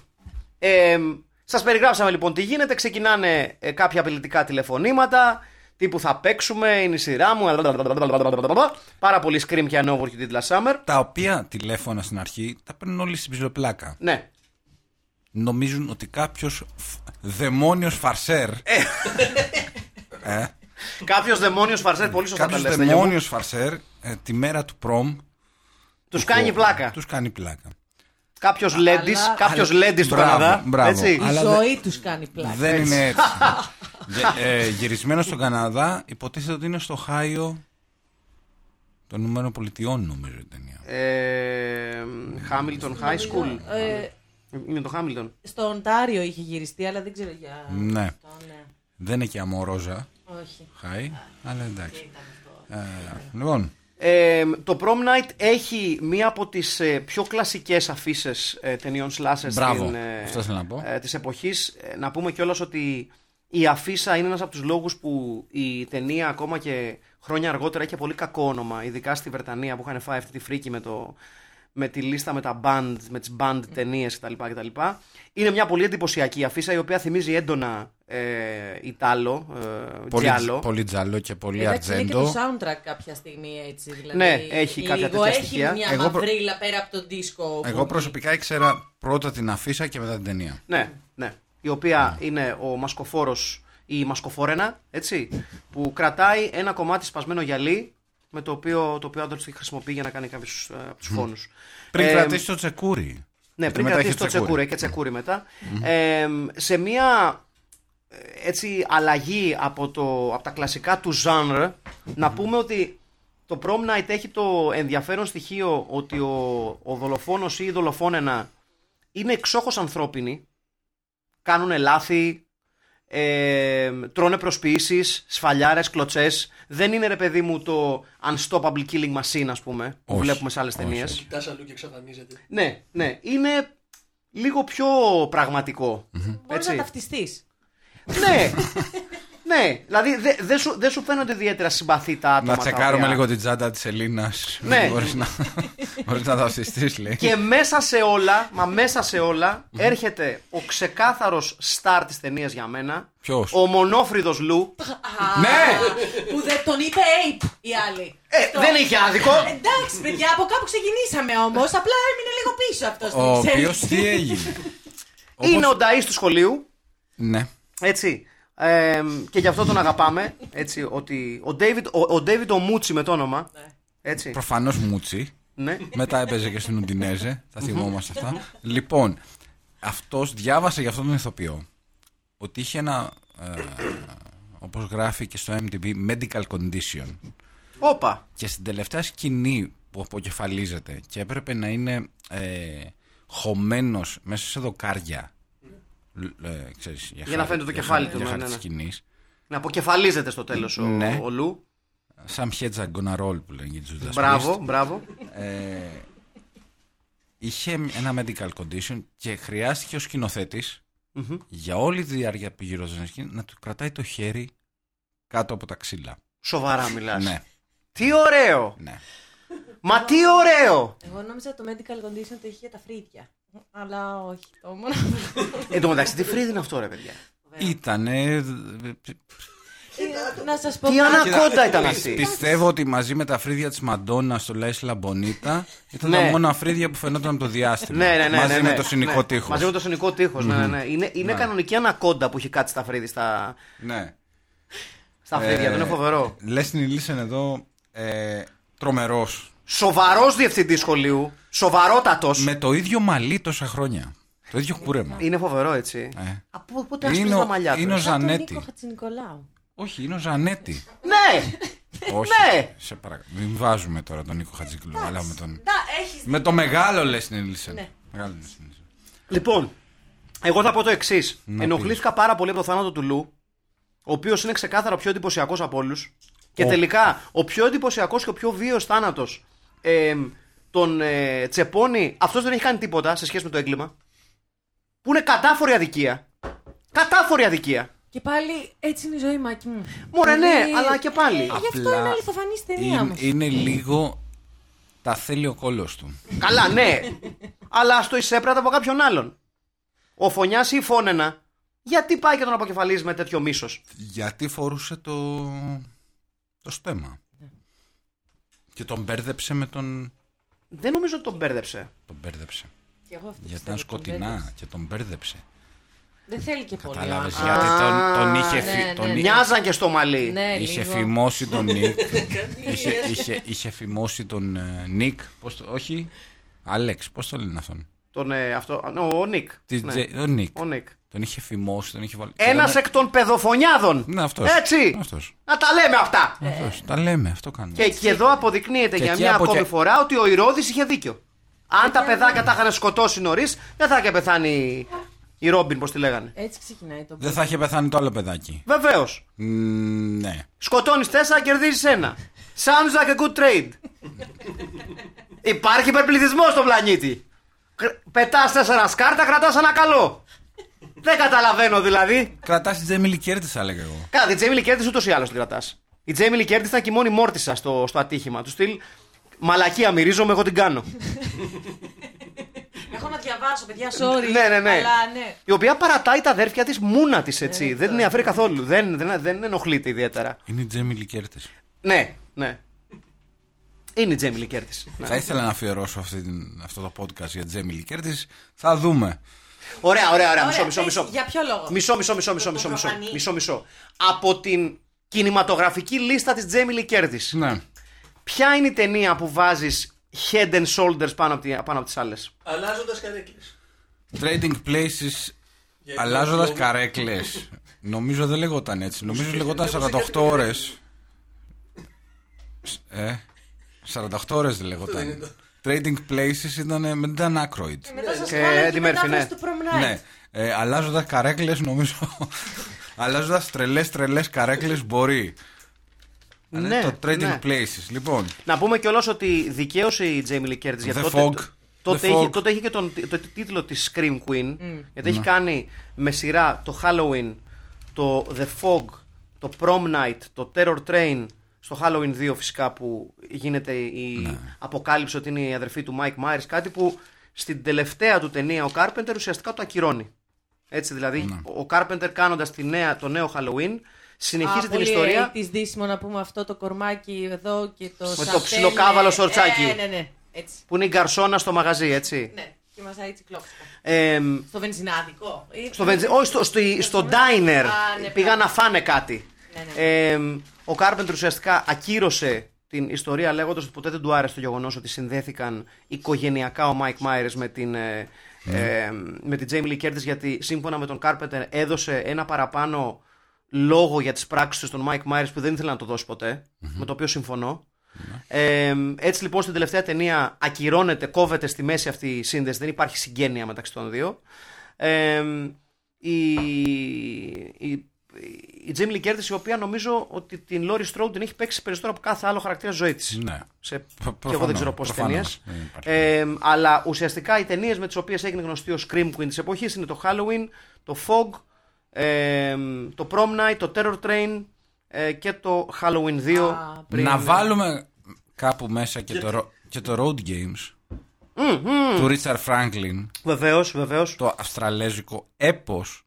S2: ε, σας περιγράψαμε λοιπόν τι γίνεται. Ξεκινάνε ε, κάποια απειλητικά τηλεφωνήματα. Τύπου θα παίξουμε, είναι η σειρά μου. Πάρα πολύ scream και ανόβορ και τίτλα Summer.
S3: Τα οποία τηλέφωνα στην αρχή τα παίρνουν όλοι στην ψηλοπλάκα.
S2: Ναι.
S3: Νομίζουν ότι κάποιος δαιμόνιος φαρσέρ.
S2: Ε, Κάποιος δαιμόνιος φαρσέτ, πολύ σωστά τα
S3: Κάποιος
S2: λες.
S3: δαιμόνιος φαρσέρ ε, τη μέρα του προμ.
S2: Τους κάνει πλάκα.
S3: Τους κάνει πλάκα.
S2: Κάποιος λέντι,
S4: Αλλά-
S2: κάποιος λέντι του
S3: Μπράβο,
S2: Καναδά.
S3: μπράβο.
S2: Έτσι.
S4: Η
S3: Αλλά δεν-
S4: ζωή τους κάνει πλάκα.
S3: Δεν είναι έτσι. Γε- ε, γυρισμένος στον Καναδά, υποτίθεται ότι είναι στο Χάιο των Ηνωμένων Πολιτειών, νομίζω η ταινία.
S2: Χάμιλτον High School.
S4: Ε,
S2: Είναι το Χάμιλτον.
S4: στο Οντάριο είχε γυριστεί, αλλά δεν ξέρω για.
S3: Ναι.
S4: Αυτό, ναι.
S3: Δεν είναι και αμορόζα,
S4: Όχι.
S3: Χάι, αλλά εντάξει. Ε, λοιπόν,
S2: Ε, το Prom Night έχει μία από τις ε, πιο κλασικές αφήσεις ε, ταινιών slasher
S3: Μπράβο.
S2: στην, ε,
S3: Αυτό ήθελα να πω.
S2: ε, της εποχής. Ε, να πούμε κιόλας ότι η αφίσα είναι ένας από τους λόγους που η ταινία ακόμα και χρόνια αργότερα είχε πολύ κακό όνομα, ειδικά στη Βρετανία που είχαν φάει αυτή τη φρίκη με, το, με τη λίστα με τα band, με τις band ταινίες κτλ, κτλ. Είναι μια πολύ εντυπωσιακή αφίσα η οποία θυμίζει έντονα ε, Ιτάλο, ε,
S3: πολύ,
S2: Giallo.
S3: πολύ τζαλό και πολύ
S4: Ε, Εντάξει, είναι και το
S3: αρτζέντο.
S4: soundtrack κάποια στιγμή έτσι. Δηλαδή,
S2: Ναι, έχει
S4: λίγο
S2: κάποια τέτοια
S4: έχει
S2: στοιχεία.
S4: μια
S3: Εγώ προ-
S4: μαυρίλα πέρα από τον δίσκο.
S3: Εγώ προσωπικά ήξερα πρώτα την αφίσα και μετά την ταινία.
S2: Ναι, ναι. Η οποία είναι ο μασκοφόρος ή η μασκοφόρενα, έτσι, που κρατάει ένα κομμάτι σπασμένο γυαλί με το οποίο το οποίο άντρα τη χρησιμοποιεί για να κάνει κάποιους από Ε, του φόνους.
S3: Πριν κρατήσει το τσεκούρι.
S2: Ναι,
S3: Γιατί
S2: πριν
S3: μετά
S2: κρατήσει
S3: έχει
S2: το τσεκούρι και τσεκούρι μετά. Ε, σε μια ε, έτσι αλλαγή από, το, από τα κλασικά του genre, να πούμε ότι το Prom Night έχει το ενδιαφέρον στοιχείο ότι ο, ο δολοφόνος ή η δολοφόνενα είναι εξόχως ανθρώπινοι, κάνουν λάθη, ε, τρώνε προσποιήσεις, σφαλιάρες, κλωτσές. Δεν είναι ρε παιδί μου το unstoppable killing machine ας πούμε, που
S3: Όχι.
S2: βλέπουμε σε άλλες
S3: Όχι,
S2: ταινίες.
S3: όχι.
S5: Κοιτάς αλλού και εξαφανίζεται.
S2: Ναι, ναι. Είναι λίγο πιο πραγματικο
S4: Μπορείς να ταυτιστείς.
S2: ναι. ναι. Δηλαδή δεν δε σου, δεν σου φαίνονται ιδιαίτερα συμπαθή τα άτομα.
S3: Να
S2: τα
S3: τσεκάρουμε
S2: οποία-
S3: λίγο την τσάντα της Ελίνας.
S2: Ναι.
S3: Μπορείς να, μπορείς να δαυστιστεί, λέει.
S2: Και μέσα σε όλα, μα μέσα σε όλα, έρχεται ο ξεκάθαρος στάρ της ταινίας για μένα.
S3: Ποιος?
S2: Ο μονόφρυδος Λου.
S3: Ναι!
S4: που δεν τον είπε ape οι άλλοι.
S2: Ε,
S4: Το-
S2: δεν είχε άδικο.
S4: Εντάξει, παιδιά, από κάπου ξεκινήσαμε όμως. Απλά έμεινε λίγο πίσω αυτός.
S3: Ο οποίος τι έγινε.
S2: Είναι
S3: Όπως-
S2: ο Νταΐς του σχολείου.
S3: Ναι.
S2: Έτσι. Ε, και γι' αυτό τον αγαπάμε. Έτσι, ότι ο David, ο, ο David ο Μούτσι με το όνομα.
S4: Ναι.
S2: Έτσι.
S3: Προφανώς Μούτσι.
S2: Ναι.
S3: Μετά έπαιζε και στην Ουντινέζε. Θα θυμόμαστε αυτά. λοιπόν, αυτός διάβασε για αυτόν τον ηθοποιό ότι είχε ένα. Ε, Όπως γράφει και στο MDB, medical condition.
S2: Όπα.
S3: Και στην τελευταία σκηνή που αποκεφαλίζεται και έπρεπε να είναι ε, χωμένος μέσα σε δοκάρια. λ- Ε, ξέρεις, για,
S2: να φαίνεται το κεφάλι του,
S3: Για
S2: ναι,
S3: χάρη
S2: ναι,
S3: της
S2: ναι.
S3: σκηνής.
S2: Να αποκεφαλίζεται στο τέλος ο,
S3: Ναι.
S2: ο Λου.
S3: Σαν Hedge Gonna Roll που λένε για τους Judas
S2: Μπράβο, μπράβο.
S3: Ε, είχε ένα medical condition και χρειάστηκε ο σκηνοθετη για όλη τη διάρκεια που γύρω σκηνή να του κρατάει το χέρι κάτω από τα ξύλα.
S2: Σοβαρά μιλάς
S3: Ναι,
S2: Τι ωραίο!
S3: ναι.
S2: Μα τι ωραίο!
S4: Εγώ νόμιζα το medical condition το είχε για τα φρύδια. Αλλά όχι, το μόνο.
S2: Εν τω μεταξύ, τι φρύδι είναι αυτό, ρε παιδιά.
S3: Ήτανε.
S4: Ε, να σας πω.
S2: Τι
S4: κάτι.
S2: ανακόντα ήταν αυτή.
S3: Πιστεύω ότι μαζί με τα φρύδια της Μαντόνα στο Λάισλα Μπονίτα ήταν
S2: Ναι.
S3: τα μόνα φρύδια που φαινόταν από το διάστημα.
S2: Ναι, ναι, ναι.
S3: μαζί
S2: ναι,
S3: με
S2: ναι.
S3: το συνικό
S2: Ναι.
S3: τείχος.
S2: Μαζί με το συνικό τείχος, ναι, ναι, ναι. Είναι, είναι κανονική ανακόντα που έχει κάτσει στα φρύδι στα,
S3: Ναι.
S2: στα φρύδια.
S3: Ε,
S2: Δεν είναι φοβερό.
S3: Λες την Ηλίσεν εδώ ε, τρομερός.
S2: Σοβαρός διευθυντής σχολείου. Σοβαρότατος.
S3: Με το ίδιο μαλλί τόσα χρόνια. Το ίδιο κούρεμα.
S2: Είναι φοβερό, έτσι.
S3: Ε.
S2: Από πότε ας
S3: Είναι
S2: πεις
S3: ο-
S2: τα μαλλιά
S3: είναι
S2: του.
S3: ο
S4: Σαν τον
S3: Ζανέτη.
S4: Νίκο Χατζηνικολάου.
S3: Όχι, είναι ο Ζανέτη.
S2: Ναι!
S3: Όχι.
S2: Ναι.
S3: Σε παρακαλώ. Μην βάζουμε τώρα τον Νίκο Χατζηκλού, αλλά με τον.
S4: Τα έχεις.
S3: Με το μεγάλο λες την Ελίσεν.
S4: Ναι.
S3: Μεγάλο λες την Ελίσεν.
S2: Λοιπόν, εγώ θα πω το εξής.
S3: Να
S2: Ενοχλήθηκα πάρα πολύ από το θάνατο του Λου, ο οποίος είναι ξεκάθαρα ο πιο εντυπωσιακός από όλους. Και
S3: Ο-
S2: τελικά, ο πιο εντυπωσιακός και ο πιο βίαιος θάνατος ε, τον ε, τσεπώνει. Αυτός δεν έχει κάνει τίποτα σε σχέση με το έγκλημα. που είναι κατάφορη αδικία. Κατάφορη αδικία.
S4: Και πάλι έτσι είναι η ζωή, Μάκη μου.
S2: Μωρέ, ναι,
S4: Δηλαδή,
S2: αλλά και πάλι.
S4: Ε, γι' αυτό είναι αληθοφανής η ταινία
S3: είναι,
S4: όμως.
S3: είναι λίγο τα θέλει ο κόλος του.
S2: Καλά, ναι. Αλλά ας το εισέπρατα από κάποιον άλλον. Ο φωνιάς ή η φώνενα, γιατί πάει και τον αποκεφαλίζει με τέτοιο μίσος.
S3: Γιατί φορούσε το, το στέμα.
S4: Ναι.
S3: Και τον μπέρδεψε με τον.
S2: Δεν νομίζω ότι τον μπέρδεψε.
S3: Τον μπέρδεψε.
S4: Και εγώ αυτό
S3: Γιατί ήταν
S4: πιστεύω, τον μπέρδεψε.
S3: σκοτεινά και τον μπέρδεψε.
S4: Δεν θέλει και πολύ.
S3: Κατάλαβες.
S4: ο
S3: Γιατί τον, τον είχε,
S4: ναι,
S3: φυ-
S4: ναι,
S3: τον
S4: ναι.
S3: είχε-
S2: Μοιάζαν και στο μαλλί.
S4: άνθρωπος. Ναι,
S3: είχε
S4: λίγο.
S3: φημώσει τον Νίκ. είχε, είχε, είχε φημώσει τον ε, Νίκ. Πώς το- όχι. Άλεξ, πώς το λένε αυτόν.
S2: Τον, ε, αυτό, ναι, ο Νικ.
S3: Τι-
S2: Ναι,
S3: τζε- τον Νίκ.
S2: ο Νικ.
S3: Τον είχε φημώσει, τον είχε βάλει.
S2: Ένας
S3: Ήταν-
S2: εκ των παιδοφωνιάδων.
S3: Ναι, αυτός.
S2: ε- Έτσι.
S3: Αυτός.
S2: Να τα λέμε αυτά.
S3: Αυτός. Τα λέμε, αυτό κάνουμε.
S2: Και, και εδώ αποδεικνύεται
S3: Και
S2: για
S3: εκεί
S2: μια
S3: από
S2: ακόμη
S3: και-
S2: φορά ότι ο Ηρώδης είχε δίκιο. Αν τα παιδάκια τα είχαν σκοτώσει νωρίς, δεν θα είχε πεθάνει η Ρόμπιν, πώ τη λέγανε.
S4: Έτσι ξεκινάει το
S3: Δεν θα είχε πεθάνει το άλλο παιδάκι.
S2: Βεβαίως.
S3: Μμμ, ναι.
S2: Σκοτώνεις τέσσερα, κερδίζεις ένα. Sounds like a good trade. Υπάρχει υπερπληθυσμός στον πλανήτη. Πετάς τέσσερα σκάρτα, κρατάς ένα καλό. Δεν καταλαβαίνω δηλαδή.
S3: Κρατάς την Τζέμιλι Κέρτη, θα έλεγα εγώ.
S2: Κάτσε, η Τζέμιλι Κέρτη ούτως ή άλλως την κρατάς. Η Τζέμιλι Κέρτη ήταν και η μόνη μόρτισα στο, στο ατύχημα του στυλ. Μαλακία μυρίζομαι, εγώ την κάνω.
S4: Έχω να διαβάσω, παιδιά, sorry.
S2: ναι, ναι, ναι.
S4: Αλλά ναι. Ε,
S2: Η οποία παρατάει τα αδέρφια της μούνα της έτσι. δεν την ενδιαφέρει καθόλου. Δεν, δεν, δεν ενοχλείται ιδιαίτερα.
S3: Είναι η Τζέμιλι Κέρτη.
S2: Ναι, ναι. Είναι η Τζέμιλι Ναι. Κέρτη.
S3: Θα ήθελα να αφιερώσω αυτή την- αυτό το podcast για Τζέμιλι Κέρτη. Θα δούμε.
S2: Ωραία, ωραία, ωραία. Ναι, Μισό,
S4: Ωραία,
S2: μισό,
S4: πες,
S2: μισό.
S4: Για ποιο λόγο.
S2: Μισό, μισό, μισό, μισό,
S4: Το
S2: μισό, μισό,
S4: προφανή.
S2: μισό, μισό. Από την κινηματογραφική λίστα της Jamie Lee Curtis.
S3: Ναι.
S2: Ποια είναι η ταινία που βάζεις head and shoulders πάνω από, τη, πάνω από τις άλλες.
S5: Αλλάζοντας καρέκλες.
S3: Trading places.
S5: Για
S3: Αλλάζοντας
S5: λόγο.
S3: καρέκλες. Νομίζω δεν λεγόταν έτσι. Νομίζω λεγόταν 48 ώρε. Ε. 48 ώρες δεν λεγόταν. Trading places ήταν. ε, Δεν ήταν άκροιτ.
S4: Μετά σας
S2: Και
S4: βάλω
S2: Eddie Murphy,
S4: και μετάφραση
S2: ναι.
S4: του Prom Night.
S3: Ναι. Ε, Αλλάζοντας καρέκλες, νομίζω. Αλλάζοντας τρελές τρελές καρέκλες μπορεί. Αλλά είναι το trading
S2: ναι.
S3: places. Λοιπόν,
S2: Να πούμε κιόλας ότι δικαίωσε η Jamie Lee Curtis. γιατί
S3: The
S2: τότε,
S3: Fog.
S2: το- Τότε,
S3: The
S2: είχε,
S3: Fog. Ναι.
S2: τότε είχε και τον, το τίτλο της Scream Queen.
S4: Mm.
S2: Γιατί έχει κάνει με σειρά το Halloween, το The Fog, το Prom Night, το Terror Train. Στο Halloween 2 φυσικά που γίνεται η
S3: Ναι.
S2: αποκάλυψη ότι είναι η αδερφή του Mike Myers. Κάτι που στην τελευταία του ταινία ο Carpenter ουσιαστικά το ακυρώνει. Έτσι δηλαδή
S3: Ναι.
S2: ο Carpenter κάνοντας τη νέα, το νέο Halloween συνεχίζει
S4: Α,
S2: την
S4: πολύ
S2: ιστορία.
S4: 80s δύσιμο να πούμε αυτό το κορμάκι εδώ και το.
S2: Με το
S4: σατέλ,
S2: ψιλοκάβαλο
S4: ναι.
S2: σορτσάκι.
S4: Ε, ναι, ναι. Έτσι.
S2: Που είναι η γκαρσόνα στο μαγαζί, έτσι.
S4: Ναι. Και μας έτσι κλώξαμε.
S2: Εμ,
S4: Στο βενζινάδικο. Ε, Ή-
S2: Στο, βενζι... όχι, στο, στο, στο diner
S4: Α, ναι,
S2: πήγαν να φάνε κάτι.
S4: Ναι,
S2: Ε, ο Κάρπεντρ ουσιαστικά ακύρωσε την ιστορία λέγοντας ότι ποτέ δεν του άρεσε το γεγονός ότι συνδέθηκαν οικογενειακά ο Μάικ Myers με την. ε, ε, με την Jamie Lee Curtis γιατί σύμφωνα με τον Carpenter έδωσε ένα παραπάνω λόγο για τις πράξεις των Mike Myers που δεν ήθελε να το δώσει ποτέ, με το οποίο συμφωνώ. Ε, έτσι λοιπόν στην τελευταία ταινία ακυρώνεται, κόβεται στη μέση αυτή η σύνδεση, δεν υπάρχει συγγένεια μεταξύ των δύο. Ε, η, η, η Jamie Lee Curtis, η οποία νομίζω ότι την Laurie Strode την έχει παίξει περισσότερο από κάθε άλλο χαρακτήρα ζωή της.
S3: ναι.
S2: Σε, και
S3: προφανώς,
S2: εγώ δεν ξέρω πόσες ταινίε.
S3: προφανώς, δεν υπάρχει.
S2: Ε, αλλά ουσιαστικά οι ταινίες με τις οποίες έγινε γνωστή ο Scream Queen της εποχής είναι το Halloween, το Fog, ε, το Prom Night, το Terror Train ε, και το Halloween 2.
S4: Α, πριν.
S3: να βάλουμε κάπου μέσα και, το, ρο- και το Road Games του Richard Franklin,
S2: Βεβαίως, βεβαίως.
S3: το αυστραλέζικο έπος.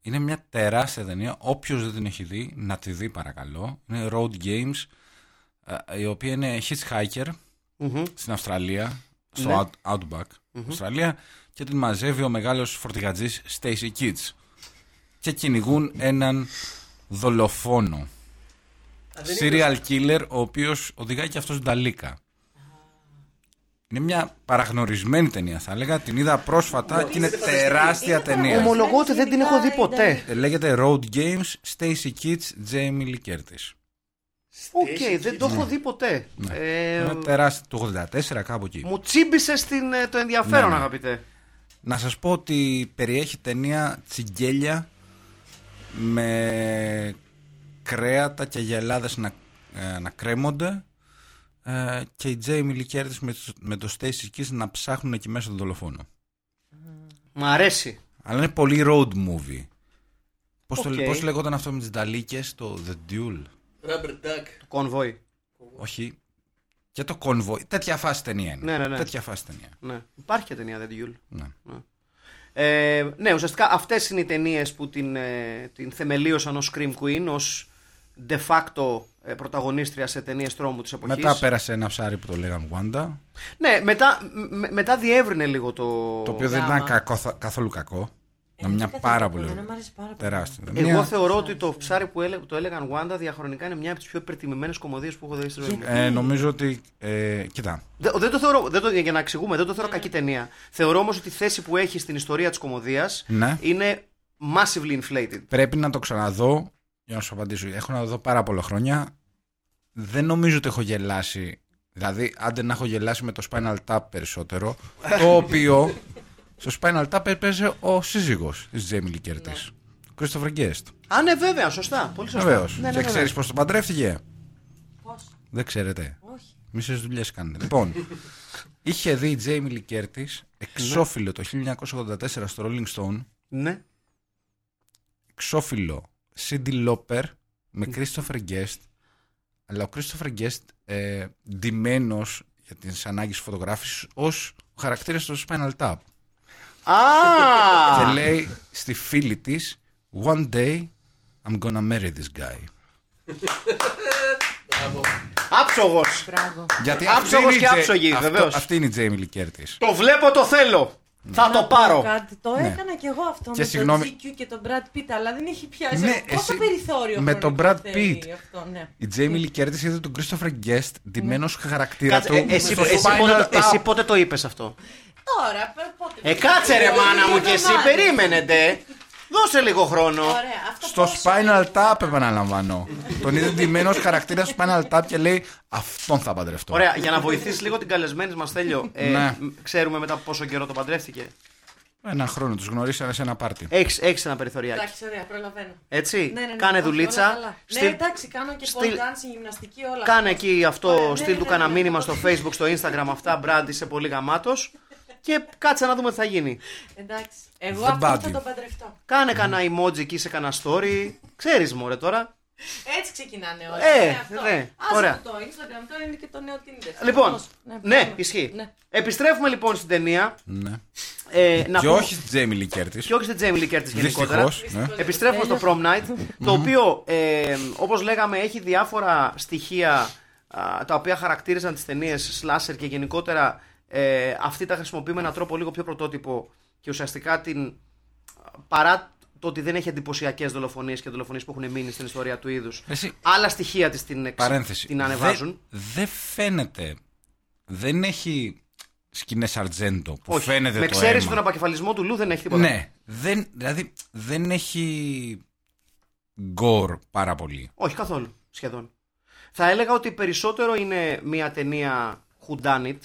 S3: Είναι μια τεράστια ταινία. Όποιος δεν την έχει δει, να τη δει παρακαλώ. Είναι Road Games, ε, η οποία είναι hitchhiker στην Αυστραλία, στο Out- Outback, Αυστραλία, και την μαζεύει ο μεγάλος φορτηγατζής Stacy Kids. Και κυνηγούν έναν δολοφόνο. Serial killer, ο οποίος οδηγάει και αυτός Νταλίκα. Είναι μια παραγνωρισμένη ταινία, θα έλεγα. Την είδα πρόσφατα και είναι τεράστια ταινία.
S2: Ομολογώ ότι δεν την έχω δει ποτέ.
S3: Ε, Λέγεται Road Games, Stacy Kids, Jamie Lee Curtis.
S2: Οκ, δεν το έχω δει ποτέ.
S3: Ναι.
S2: Ε,
S3: Είναι τεράστια, του 84 κάπου εκεί.
S2: μου τσίμπησε στην, ε, το ενδιαφέρον,
S3: Ναι, ναι.
S2: αγαπητέ.
S3: Να σας πω ότι περιέχει ταινία τσιγκέλια με κρέατα και γελάδες να, ε, να κρέμονται ε, και η Jamie Lee Curtis με, τους- με το Stacy Kiss να ψάχνουν εκεί μέσα τον δολοφόνο.
S2: Μ' αρέσει.
S3: Αλλά είναι πολύ road movie. Πώς
S2: Οκ.
S3: okay. πώς λεγόταν αυτό με τις νταλίκες, το The Duel.
S5: Rubber duck.
S2: Κονβόι.
S3: Όχι. Και το κονβόι. Τέτοια φάση ταινία είναι.
S2: Ναι, ναι, ναι.
S3: Τέτοια φάση ταινία.
S2: Ναι. Υπάρχει και ταινία, δεν Γιούλ.
S3: Ναι.
S2: Ε, ναι, ουσιαστικά αυτές είναι οι ταινίες που την, ε, την θεμελίωσαν ως Scream Queen, ως de facto ε, πρωταγωνίστρια σε ταινίες τρόμου της εποχής.
S3: Μετά πέρασε ένα ψάρι που το λέγανε Wanda.
S2: Ναι, μετά, με- μετά διεύρυνε λίγο το.
S3: Το οποίο δεν
S4: Γάμα.
S3: ήταν κακό- καθόλου κακό. Ήταν μια
S4: Ε, Καθόλου
S3: πάρα
S4: κακό, ναι,
S3: πολύ.
S4: εμένα μου άρεσε πάρα πολύ.
S3: Τεράστια.
S2: Εγώ
S3: Μια-
S2: θεωρώ ότι το ψάρι που έλε- το έλεγαν Wanda διαχρονικά είναι μια από τις πιο υπερτιμημένε κομμωδίες που έχω δει στη ζωή μου.
S3: Ε, νομίζω ότι. Ε, κοίτα.
S2: Δε- Δεν το θεωρώ, δεν το, για να εξηγούμε, δεν το θεωρώ κακή ταινία. Θεωρώ όμως ότι η θέση που έχει στην ιστορία της κομμωδίας
S3: Ναι.
S2: είναι massively inflated.
S3: Πρέπει να το ξαναδώ για να σου απαντήσω. Έχω να το δω πάρα πολλά χρόνια. Δεν νομίζω ότι έχω γελάσει. Δηλαδή, άντε να έχω γελάσει με το Spinal Tap περισσότερο. το οποίο στο Spinal Tap έπαιζε ο σύζυγος της Jamie Lee
S2: Ναι.
S3: Curtis. Christopher Guest.
S2: Α, ναι, βέβαια, σωστά. Πολύ σωστά.
S3: Βεβαίως.
S2: Ναι, ναι,
S3: και
S2: βέβαια.
S3: ξέρεις πώς τον παντρεύτηκε.
S4: Πώς.
S3: Δεν ξέρετε.
S4: Όχι.
S3: Μισέ δουλειές κάνετε. Λοιπόν, είχε δει η Τζέιμι Λικέρτη εξώφυλλο το 1984 στο Rolling Stone.
S2: Ναι.
S3: Εξώφυλλο Σίντι Λόπερ με Christopher Guest. Αλλά ο Christopher Guest ε, ντυμένος για τι ανάγκε φωτογράφησης ως χαρακτήρας του Spinal Tap.
S2: Α!
S3: Και λέει στη φίλη της, One day I'm gonna marry this guy.
S2: Άψογος!
S4: Μπράβο.
S3: Γιατί
S2: Άψογος
S3: αυτή είναι η
S2: και
S3: Τζε-
S2: άψογη,
S3: αυτό-
S2: βεβαίως.
S3: Αυτή είναι η Τζέιμι Λικέρτη.
S2: Το βλέπω, το θέλω! Θα το πάρω!
S4: Κάτι το έκανα και εγώ αυτό
S3: Ναι. Και
S4: με
S3: συγγνώμη-
S4: τον GQ και τον Brad Pitt, αλλά δεν έχει πιάσει.
S3: Ναι,
S4: Πόσο
S3: εσύ-
S4: περιθώριο
S3: με
S4: χρονικό
S3: τον Brad
S4: θέλει
S3: Pitt.
S4: Αυτό, ναι.
S3: Η Τζέιμι Λικέρτη είδε τον Κρίστοφερ Γκέστ ντυμένος χαρακτήρα
S2: Κάτσε,
S3: του.
S2: ε, εσύ,
S3: στο
S2: εσύ,
S3: Spinal
S2: πότε,
S3: Tap.
S2: εσύ πότε το είπες αυτό.
S4: Τώρα, πε- πότε.
S2: Ε, κάτσε ρε μάνα μου και εσύ, περίμενε ντε. Δώσε λίγο χρόνο.
S4: Ωραία, αυτό
S3: Στο
S4: πόσο-
S3: Spinal Tap, επαναλαμβάνω. τον είδε ντυμένο χαρακτήρα στο Spinal Tap και λέει Αυτόν θα παντρευτώ.
S2: Ωραία, για να βοηθήσεις λίγο την καλεσμένη μας, Θέλιο. Ε,
S3: Ναι.
S2: μ, Ξέρουμε μετά από πόσο καιρό τον παντρεύτηκε.
S3: Ένα χρόνο τους γνωρίσανε σε ένα πάρτι.
S2: Έχεις έχεις ένα περιθωριάκι.
S4: Εντάξει, ωραία, προλαβαίνω.
S2: Έτσι.
S4: Ναι, ναι, ναι,
S2: κάνε
S4: όχι, όλα
S2: δουλίτσα.
S4: καλά.
S2: στείλ-
S4: Ναι, εντάξει, κάνω και
S2: στείλ-
S4: pole dancing, γυμναστική, όλα.
S2: Κάνε εκεί αυτό,
S4: Ωραία, ναι,
S2: στείλ
S4: ναι,
S2: του
S4: ναι,
S2: κάνα
S4: ναι.
S2: μήνυμα στο facebook, στο instagram, αυτά, μπράντι, είσαι πολύ γαμάτος Και κάτσε να δούμε τι θα γίνει.
S4: Εντάξει. Εγώ
S3: The
S4: αυτό
S3: body.
S4: θα τον παντρευτώ.
S2: Κάνε κανένα emoji εκεί σε κανένα story. Ξέρεις μωρέ τώρα.
S4: Έτσι ξεκινάνε όλα.
S2: Ε,
S4: ναι, αυτό.
S2: ναι,
S4: Άσε
S2: ωραία.
S4: το Instagram, τώρα είναι και το νέο Tinder.
S2: Λοιπόν,
S4: Όμως,
S2: ναι,
S4: πάμε.
S2: ισχύει.
S4: Ναι.
S2: Επιστρέφουμε λοιπόν στην ταινία.
S3: Ναι.
S2: Ε, να
S3: και
S2: πούμε-
S3: όχι τη Τζέιμι Λικέρτη.
S2: Και όχι στην Τζέιμι Λικέρ τη γενικότερα.
S3: Δυστυχώ. Ναι.
S2: Επιστρέφουμε στο Prom Night, το οποίο, ε, όπως λέγαμε, έχει διάφορα στοιχεία α, τα οποία χαρακτήριζαν τις ταινίες slasher και γενικότερα ε, αυτή τα χρησιμοποιεί με έναν τρόπο λίγο πιο πρωτότυπο και ουσιαστικά την, παρά το ότι δεν έχει εντυπωσιακές δολοφονίες και δολοφονίες που έχουν μείνει στην ιστορία του είδους,
S3: Εσύ-
S2: άλλα στοιχεία της την, εξ-
S3: Ε, Παρένθεση.
S2: την ανεβάζουν.
S3: Δεν δεν φαίνεται. Δεν έχει σκηνές Αρτζέντο που
S2: Όχι.
S3: φαίνεται
S2: με
S3: το
S2: εξαίρεση
S3: αίμα.
S2: τον απακεφαλισμό του Λου δεν έχει τίποτα.
S3: Ναι. Δεν, δηλαδή δεν έχει γκορ πάρα πολύ.
S2: Όχι καθόλου, σχεδόν. Θα έλεγα ότι περισσότερο είναι μια ταινία whodunit.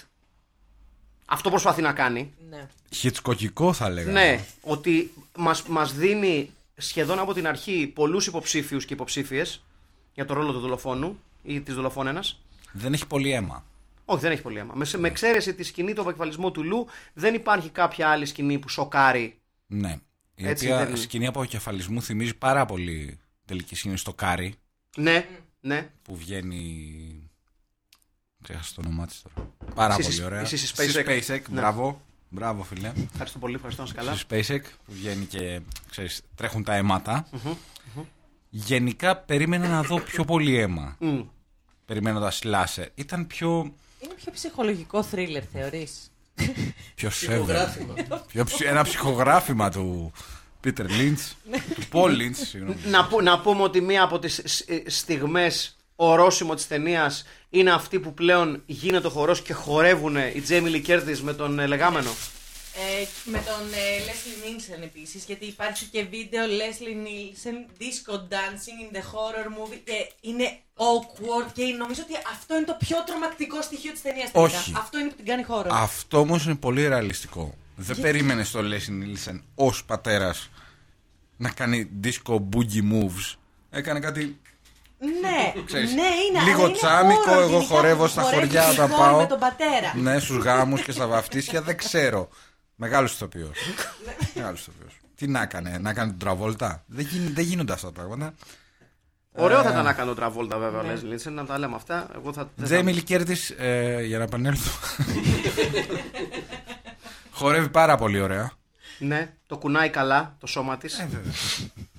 S2: Αυτό προσπαθεί να κάνει.
S4: Ναι.
S3: Χιτσκοκικό θα λέγαμε.
S2: Ναι, ότι μας, μας δίνει σχεδόν από την αρχή πολλούς υποψήφιους και υποψήφιες για το ρόλο του δολοφόνου ή της δολοφόνενας.
S3: Δεν έχει πολύ αίμα.
S2: Όχι, δεν έχει πολύ αίμα. Με, με εξαίρεση τη σκηνή του αποκεφαλισμού του Λου, δεν υπάρχει κάποια άλλη σκηνή που σοκάρει.
S3: Ναι. Η
S2: Έτσι
S3: οποία
S2: δεν-
S3: σκηνή από κεφαλισμού θυμίζει πάρα πολύ τελική σκηνή στο Κάρι
S2: Ναι, ναι.
S3: που βγαίνει. Ξέχασα το όνομά της τώρα. Πάρα
S2: Στη
S3: πολύ
S2: Sys-
S3: ωραία.
S2: στη Sys
S3: Στη
S2: SpaceX. Ναι.
S3: Μπράβο. Μπράβο, φίλε.
S2: Ευχαριστώ πολύ, ευχαριστώ να είσαι καλά.
S3: Στη SpaceX που βγαίνει και ξέρεις, τρέχουν τα αίματα. Γενικά περίμενα να δω πιο πολύ αίμα.
S2: Μμ.
S3: Περιμένοντα slasher. Ήταν πιο.
S4: Είναι πιο ψυχολογικό θρίλερ, θεωρείς.
S3: πιο σέβερ.
S5: Ψυχογράφημα.
S2: Ναι.
S3: Πιο ψι- Ένα ψυχογράφημα του Peter Lynch.
S2: Ναι.
S3: του Paul Lynch, συγγνώμη.
S2: Να, πού- να πούμε ότι μία από τις σ- ε, στιγμές ορόσημο της ταινίας είναι αυτή που πλέον γίνεται ο χορός και χορεύουν οι Τζέμι Λικέρδης με τον ε, λεγάμενο.
S4: Ε, με τον ε, Leslie Nielsen επίσης, γιατί υπάρχει και βίντεο Leslie Nielsen disco dancing in the horror movie και είναι awkward και νομίζω ότι αυτό είναι το πιο τρομακτικό στοιχείο της ταινίας.
S3: Όχι.
S4: Αυτό είναι που την κάνει horror.
S3: Αυτό όμως είναι πολύ ρεαλιστικό. Δεν περίμενε το Λέσι Νίλσεν ως πατέρας να κάνει disco boogie moves. Έκανε κάτι.
S4: Ναι,
S3: Ξέρεις,
S4: ναι, είναι
S3: λίγο
S4: αλλά είναι
S3: τσάμικο,
S4: horror
S3: εγώ
S4: γενικά
S3: χορεύω
S4: που
S3: στα
S4: χορεύεις
S3: χωριά, τα
S4: χώρο
S3: πάω.
S4: Με τον πατέρα.
S3: Ναι, στους γάμους και στα βαφτίσια, δεν ξέρω. Μεγάλος ηθοποιός. Μεγάλος ηθοποιός. Τι να έκανε, να έκανε τον Τραβόλτα. Δεν, γίν, δεν γίνονται αυτά τα πράγματα.
S2: Ωραίο
S3: Ε.
S2: θα ήταν να κάνω τραβόλτα βέβαια, ναι. Λέσλι, έτσι, να τα λέμε αυτά. Εγώ θα. δεν θα-
S3: Τζέιμι Λικέρτη, ε, για να επανέλθω. Χορεύει πάρα πολύ ωραία.
S2: Ναι, το κουνάει καλά το σώμα της.
S3: Ε,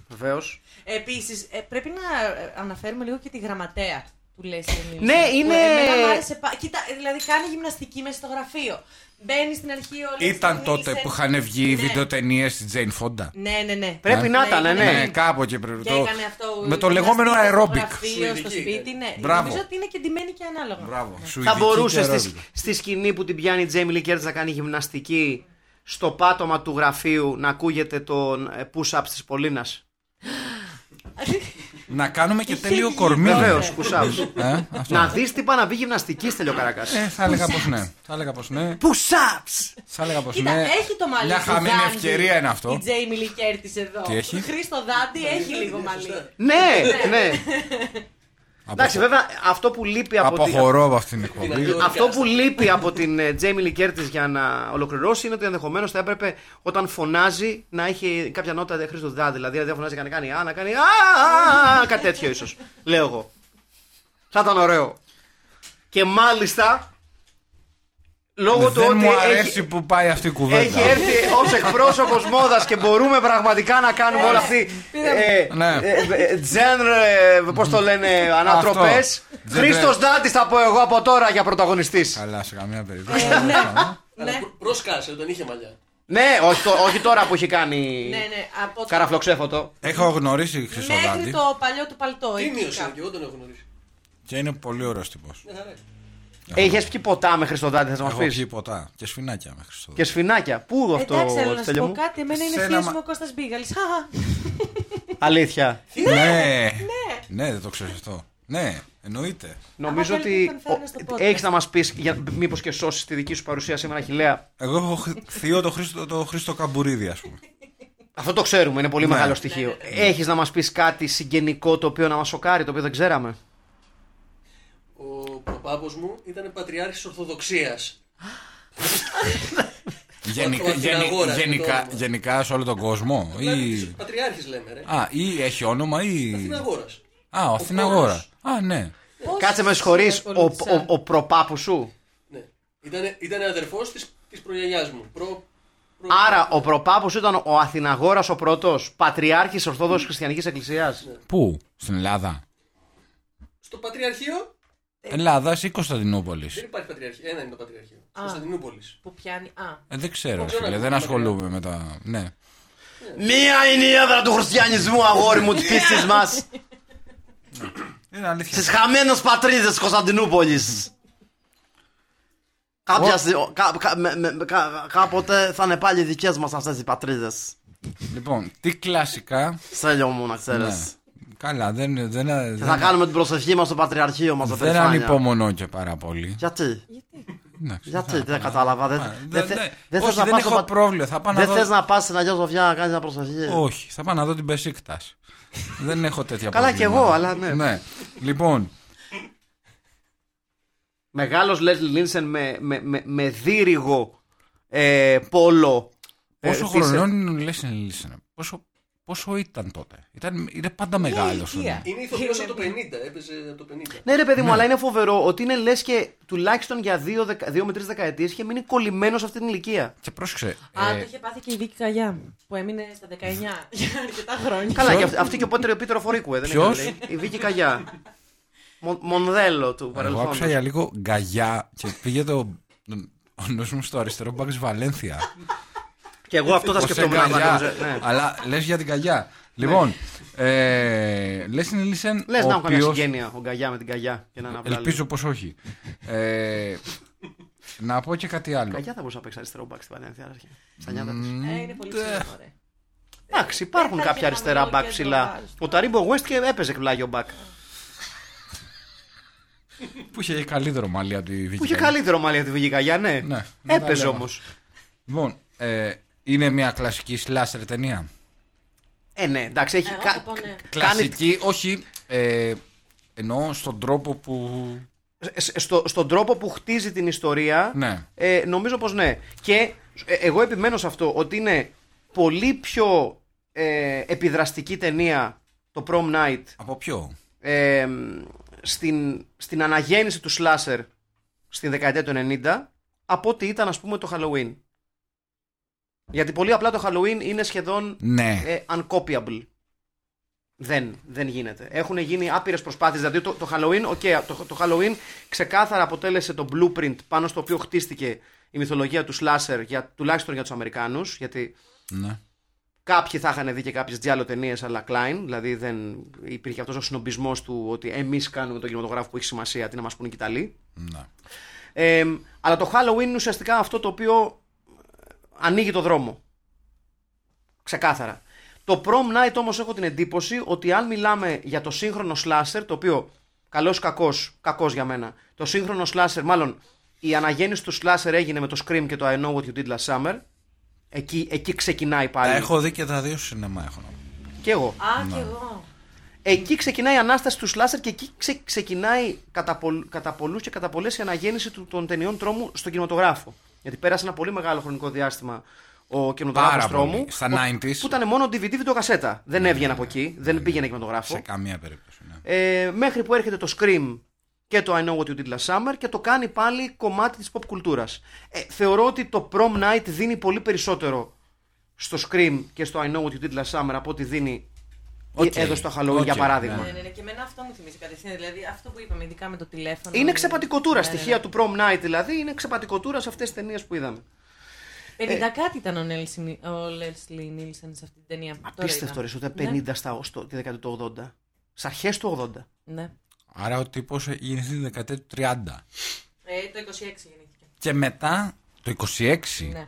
S2: Βεβαίως.
S4: Επίσης, πρέπει να ε, αναφέρουμε λίγο και τη γραμματέα του Leslie Nielsen.
S2: Ναι,
S4: που
S2: είναι-
S4: Εμένα μου άρεσε πα- Κοίτα, δηλαδή κάνει γυμναστική μέσα στο γραφείο. Μπαίνει στην αρχή ο Leslie
S3: Ήταν τότε
S4: Nielsen.
S3: που είχαν βγει οι
S4: Ναι.
S3: βίντεο τη Τζέιν Φόντα.
S4: Ναι, ναι, ναι.
S2: Πρέπει να
S4: Ναι,
S2: ήταν, ναι.
S4: ήταν,
S3: Ναι, κάπου εκεί πρέπει.
S4: Και
S3: το-
S4: έκανε αυτό.
S3: Με το λεγόμενο
S4: γυμναστική
S3: aerobic.
S4: Στο γραφείο, στο
S5: Σουηδική,
S4: σπίτι, ναι.
S3: Μπράβο.
S4: Νομίζω ότι είναι και ντυμένη και ανάλογα.
S3: Μπράβο.
S2: Θα
S3: Σουηδική
S2: μπορούσε
S3: και
S2: στη,
S3: αερόβιο.
S2: στη σκηνή που την πιάνει η Τζέιμι Λί Κέρτς να κάνει γυμναστική στο πάτωμα του γραφείου να ακούγεται τον ε, push-up της Πολίνας.
S3: Να κάνουμε και τέλειο
S4: βγει,
S3: κορμί.
S2: Βεβαίω, push-ups.
S3: Ναι. Ε, αυτό.
S2: να δεις τι πάει να βγει γυμναστική στέλιο Καρακάς.
S3: Ε, θα έλεγα πως ναι. Θα έλεγα πως ναι.
S2: Push-ups!
S3: Θα έλεγα πως
S4: Κοίτα,
S3: ναι.
S4: έχει το μαλλί.
S3: Μια
S4: του
S3: χαμένη
S4: Δάντη,
S3: ευκαιρία είναι αυτό.
S4: Η Τζέιμι Λι Κέρτις εδώ.
S3: Τι έχει?
S4: Χρήστο Δάντη έχει λίγο μαλλί.
S2: Ναι, ναι.
S3: Από-
S2: Εντάξει, βέβαια αυτό που λείπει από, την-
S3: Αποχωρώ από αυτήν την εκπομπή.
S5: Δηλαδή,
S2: Αυτό που λείπει από την ε, Τζέιμι Λικέρτη για να ολοκληρώσει είναι ότι ενδεχομένως θα έπρεπε όταν φωνάζει να έχει κάποια νότα χρήση του δά. Δηλαδή, δεν φωνάζει καν να κάνει Α, να κάνει Α, α, α», κάτι τέτοιο ίσως. Λέω εγώ. Θα ήταν ωραίο. Και μάλιστα λόγω του
S3: Δεν
S2: ότι
S3: μου
S2: έχει,
S3: αρέσει που πάει αυτή η κουβέντα.
S2: έχει έρθει ως εκπρόσωπος μόδας και μπορούμε πραγματικά να κάνουμε όλα αυτή. ε,
S3: Ναι.
S2: ε, ε, Genre, πώς το λένε, ανατροπές.
S3: Genre.
S2: Χρήστος Δάντη θα πω εγώ από τώρα για πρωταγωνιστής.
S3: Καλά, σε καμία περίπτωση.
S4: Ε, Ναι,
S5: Προσκάσε όταν είχε μαλλιά.
S2: Ναι, όχι, το- όχι τώρα που έχει κάνει
S4: ναι, ναι. Από το-
S2: καραφλοξέφωτο.
S3: Έχω γνωρίσει Χρυσοδάντη
S4: Μέχρι το παλιό του παλτό.
S5: Τι
S4: εκεί
S5: μείωσε,
S4: κάπου.
S5: και εγώ τον έχω γνωρίσει.
S3: και είναι πολύ ωραίος τύπος.
S2: Ναι,
S5: Μια χαρά.
S2: Έχει Ε, πιει ποτά με Χριστοδάντη, θα μα
S3: Έχω
S2: πει.
S3: πιει ποτά και σφινάκια με Χρυσοδάντη.
S2: Και σφινάκια. Πού αυτό
S4: Ε, Εντάξει, αλλά να σου
S2: Στέλιο
S4: πω
S2: μου.
S4: κάτι. Εμένα είναι
S3: Σένα
S4: φίλο
S3: μα-
S4: μου ο Κώστας Μπίγαλης. Χαχα.
S2: Αλήθεια.
S3: Ναι, ναι, δεν το ξέρει αυτό. Ναι, εννοείται.
S2: Νομίζω
S4: θέλετε,
S2: ότι
S4: τον φέρνω στο podcast.
S2: έχεις να μας πεις μήπως και σώσεις τη δική σου παρουσία σήμερα, Χιλέα.
S3: Εγώ έχω χ- θείο το Χρήστο, το Χρήστο Καμπουρίδη, ας πούμε.
S2: Αυτό το ξέρουμε, είναι πολύ
S3: Ναι.
S2: μεγάλο στοιχείο. Έχεις να μας πεις κάτι συγγενικό το οποίο να μας σοκάρει, το οποίο δεν ξέραμε.
S5: Ο προπάπος μου ήταν πατριάρχης της Ορθοδοξίας.
S3: Γενικά,
S5: Ο- ο-
S3: γενι-
S5: την αγόρα,
S3: γενικά,
S5: το όνομα.
S3: γενικά σε όλο τον κόσμο.
S5: Δηλαδή,
S3: Ή...
S5: Πατριάρχης λέμε ρε.
S3: Α, ή έχει όνομα ή.
S5: Αθηναγόρας.
S3: Α, ο Αθηναγόρα. Α, ναι.
S4: Πώς
S2: Κάτσε με συγχωρεί,
S4: σε
S2: ο,
S4: ακολούθησα.
S2: ο, ο προπάπου σου.
S5: Ναι. Ήτανε, ήτανε αδερφός της, της προγιαγιάς μου. Προ, προ-
S2: Άρα, ο προπάπου ήταν ο Αθηναγόρα ο πρώτος, Πατριάρχης Ορθόδοξης Χριστιανικής Εκκλησίας.
S3: Πού, στην Ελλάδα.
S5: Στο πατριαρχείο
S3: Ε. Ελλάδας ή Κωνσταντινούπολης.
S5: δεν υπάρχει πατριαρχείο. Ένα είναι το πατριαρχείο. Κωνσταντινούπολης.
S4: Που πιάνει. Α.
S3: Ε, δεν ξέρω,
S5: Ξέρω,
S3: φίλε,
S5: εγώ,
S3: δεν
S5: μακριά.
S3: ασχολούμαι με τα. Ναι.
S2: Μία είναι η έδρα του χριστιανισμού, αγόρι μου, της πίστη μα.
S3: Είναι αλήθεια.
S2: Στις χαμένες πατρίδες Κωνσταντινούπολης. Κάποια, στι- ο- κα- κα- με- με- κα- κάποτε θα είναι πάλι δικές μας αυτές οι πατρίδες.
S3: Λοιπόν, τι κλασικά.
S2: Στέλιο μου να ξέρεις.
S3: Ναι. Καλά, δεν. Δεν,
S2: Και θα
S3: δεν,
S2: κάνουμε την προσευχή μας στο Πατριαρχείο μας.
S3: δεν ανυπομονώ και πάρα πολύ.
S2: Γιατί,
S3: Εντάξει,
S2: γιατί
S3: θα-
S2: δεν κατάλαβα. Δεν
S3: Α,
S2: δεν θε-
S3: δεν- ναι.
S2: δεν
S3: όχι,
S2: θες να
S3: δεν
S2: πας
S3: έχω
S2: στο Πα-
S3: πρόβλημα. Θα πάω να
S2: δεν
S3: δω.
S2: θες να πας στην Αγία Σοφιά να κάνεις μια προσευχή.
S3: Όχι, θα πάω να δω την Πεσίκτα. δεν έχω τέτοια
S2: Καλά κι εγώ,
S3: προβλήματα.
S2: αλλά ναι.
S3: ναι. Λοιπόν,
S2: Μεγάλος Λέσλι Λίνσεν με, με, με, με δίριγο ε, πόλο. ε,
S3: πόσο
S2: της-
S3: χρονών είναι ο Λέσιν Λίσεν. Πόσο, πόσο ήταν τότε. Ήταν, είναι πάντα μεγάλο.
S4: ηλικία.
S5: Είναι ηθοποιός από το 50. Έπαιζε από το 50.
S2: Ναι, ρε παιδί μου, αλλά είναι φοβερό ότι είναι λες και τουλάχιστον για 2 με 3 δεκαετίες είχε μείνει κολλημένος σε αυτή την ηλικία.
S3: Και πρόσεξε.
S4: Α,
S3: ε,
S4: το είχε πάθει και η Βίκη Καγιά που έμεινε στα 19 για αρκετά χρόνια.
S2: Καλά,
S3: Ποιος?
S2: και αυτή, αυτή και ο Πότερ Πίτερ Φορίκου, ε, δεν
S3: Ποιος?
S2: είναι καλή. Η Βίκη Καγιά. Μο- μονδέλο του
S3: Εγώ άκουσα
S2: παρελθόντος.
S3: για λίγο γκαγιά και πήγε το, ο νους μου στο αριστερό μπακ της Βαλένθια.
S2: Και εγώ αυτό θα
S3: Ως
S2: σκεφτόμουν να
S3: γκαγιά.
S2: κάνω, ναι.
S3: Αλλά λες για την γκαγιά. Λοιπόν, ε, λες την Λίσεν,
S2: Λε Ναι. να
S3: ο
S2: έχω κανένα
S3: οποίος-
S2: συγγένεια ο Γκαγιά με την Καγιά. Και να αναβάλει.
S3: Ελπίζω πως όχι. Ε, να πω και κάτι άλλο.
S2: Καγιά θα μπορούσε να παίξει αριστερό μπακ στη Βαλένθια. ρε, αρχή. Στα νιάτα της.
S4: Ε, είναι
S2: Ναι.
S4: πολύ
S3: Ντε.
S4: ψηλό, ωραία.
S2: Εντάξει, υπάρχουν
S4: θα
S2: κάποια
S4: είχε
S2: αριστερά
S4: χαμηλό
S2: μπακ
S4: κέντρο
S2: ψηλά.
S4: βάρους.
S2: Ο Ταρίμπο West και έπαιζε πλάγιο
S3: Ναι.
S2: μπακ.
S3: Που είχε καλύτερο μαλλί από τη Βίκυ.
S2: Που είχε
S3: Καλή.
S2: καλύτερο μάλλον από τη Βίκη Καγιά, ναι.
S3: Ναι, ναι,
S2: Έπαιζε
S3: τα
S2: όμως.
S3: Λοιπόν, ε, είναι μια κλασική σλάστερ ταινία.
S2: Ε, ναι, εντάξει, έχει.
S4: Εγώ
S2: κα-
S4: θα πω ναι.
S2: κάνει-
S3: Κλασική, όχι. Ε, εννοώ στον τρόπο που.
S2: σ- στο, στον τρόπο που χτίζει την ιστορία,
S3: Ναι.
S2: ε, νομίζω πως ναι. Και ε, εγώ επιμένω σε αυτό ότι είναι πολύ πιο ε, επιδραστική ταινία το Prom Night
S3: Από ποιο.
S2: ε, στην, στην αναγέννηση του slasher στην δεκαετία του 90 από ό,τι ήταν ας πούμε το Halloween. Γιατί πολύ απλά το Halloween είναι σχεδόν
S3: Ναι.
S2: ε, uncopyable. Δεν, δεν γίνεται. Έχουν γίνει άπειρες προσπάθειες. Δηλαδή το, το Halloween, okay, το, το Halloween ξεκάθαρα αποτέλεσε το blueprint πάνω στο οποίο χτίστηκε η μυθολογία του slasher, για, τουλάχιστον για τους Αμερικάνους. Γιατί
S3: ναι.
S2: Κάποιοι θα είχαν δει και κάποιες διάλο ταινίες, αλλά κλάιν. Δηλαδή δεν υπήρχε αυτός ο συνομπισμό του ότι εμείς κάνουμε τον κινηματογράφο που έχει σημασία, τι να μας πούνε και οι Ιταλοί.
S3: ναι.
S2: Ε, αλλά το Halloween είναι ουσιαστικά αυτό το οποίο ε, ανοίγει το δρόμο. Ξεκάθαρα. Το prom night όμως έχω την εντύπωση ότι αν μιλάμε για το σύγχρονο slasher, το οποίο καλός ή κακός, κακός για μένα, το σύγχρονο slasher, μάλλον η αναγέννηση του slasher έγινε με το Scream και το I Know What You Did Last Summer. Εκεί, εκεί ξεκινάει πάλι.
S3: Τα έχω δει και τα δύο στο σινεμά έχω να πω.
S2: Και εγώ.
S4: Α, κι εγώ.
S2: Εκεί ξεκινάει η ανάσταση του σλάσερ και εκεί ξε- ξεκινάει κατά, πολλ, κατά πολλούς και κατά πολλές η αναγέννηση του, των ταινιών τρόμου στον κινηματογράφο. Γιατί πέρασε ένα πολύ μεγάλο χρονικό διάστημα ο κινηματογράφος
S3: Πάρα πολύ.
S2: τρόμου.
S3: Στα Ναι,
S2: ο-
S3: 90s.
S2: Που ήταν μόνο DVD βιντεοκασέτα. Δεν έβγαινε από εκεί, δεν πήγαινε κινηματογράφο.
S3: Ναι, Σε καμία περίπτωση. Ναι.
S2: Ε, μέχρι που έρχεται το Scream και το I Know What You Did Last Summer και το κάνει πάλι κομμάτι της pop κουλτούρας. Ε, θεωρώ ότι το Prom Night δίνει πολύ περισσότερο στο Scream και στο I Know What You Did Last Summer από ό,τι δίνει
S3: Οκ.
S2: εδώ στο Halloween
S3: Οκ,
S2: για παράδειγμα.
S4: Ναι, ναι, ναι, και εμένα αυτό μου θυμίζει κατευθείαν. Δηλαδή αυτό που είπαμε, ειδικά με το τηλέφωνο.
S2: Είναι ξεπατικοτούρα.
S4: Ναι, ναι, ναι.
S2: Στοιχεία του prom night δηλαδή είναι ξεπατικοτούρα σε αυτές τις ταινίες που είδαμε. Ε.
S4: 50 κάτι ήταν ο Νέλσι- ο Λέσλι Νίλσεν σε αυτή την ταινία. Τώρα
S2: Απίστευτο
S4: είδα.
S2: ρε, ούτε
S4: Ναι,
S2: 50 στα, στο, τη δεκαετία του 80. Στι αρχές του 80.
S4: Ναι.
S3: Άρα ο τύπος γεννήθηκε τη δεκαετία του 30.
S4: Ε, το 26 γεννήθηκε.
S3: Και μετά το 26.
S4: Ναι.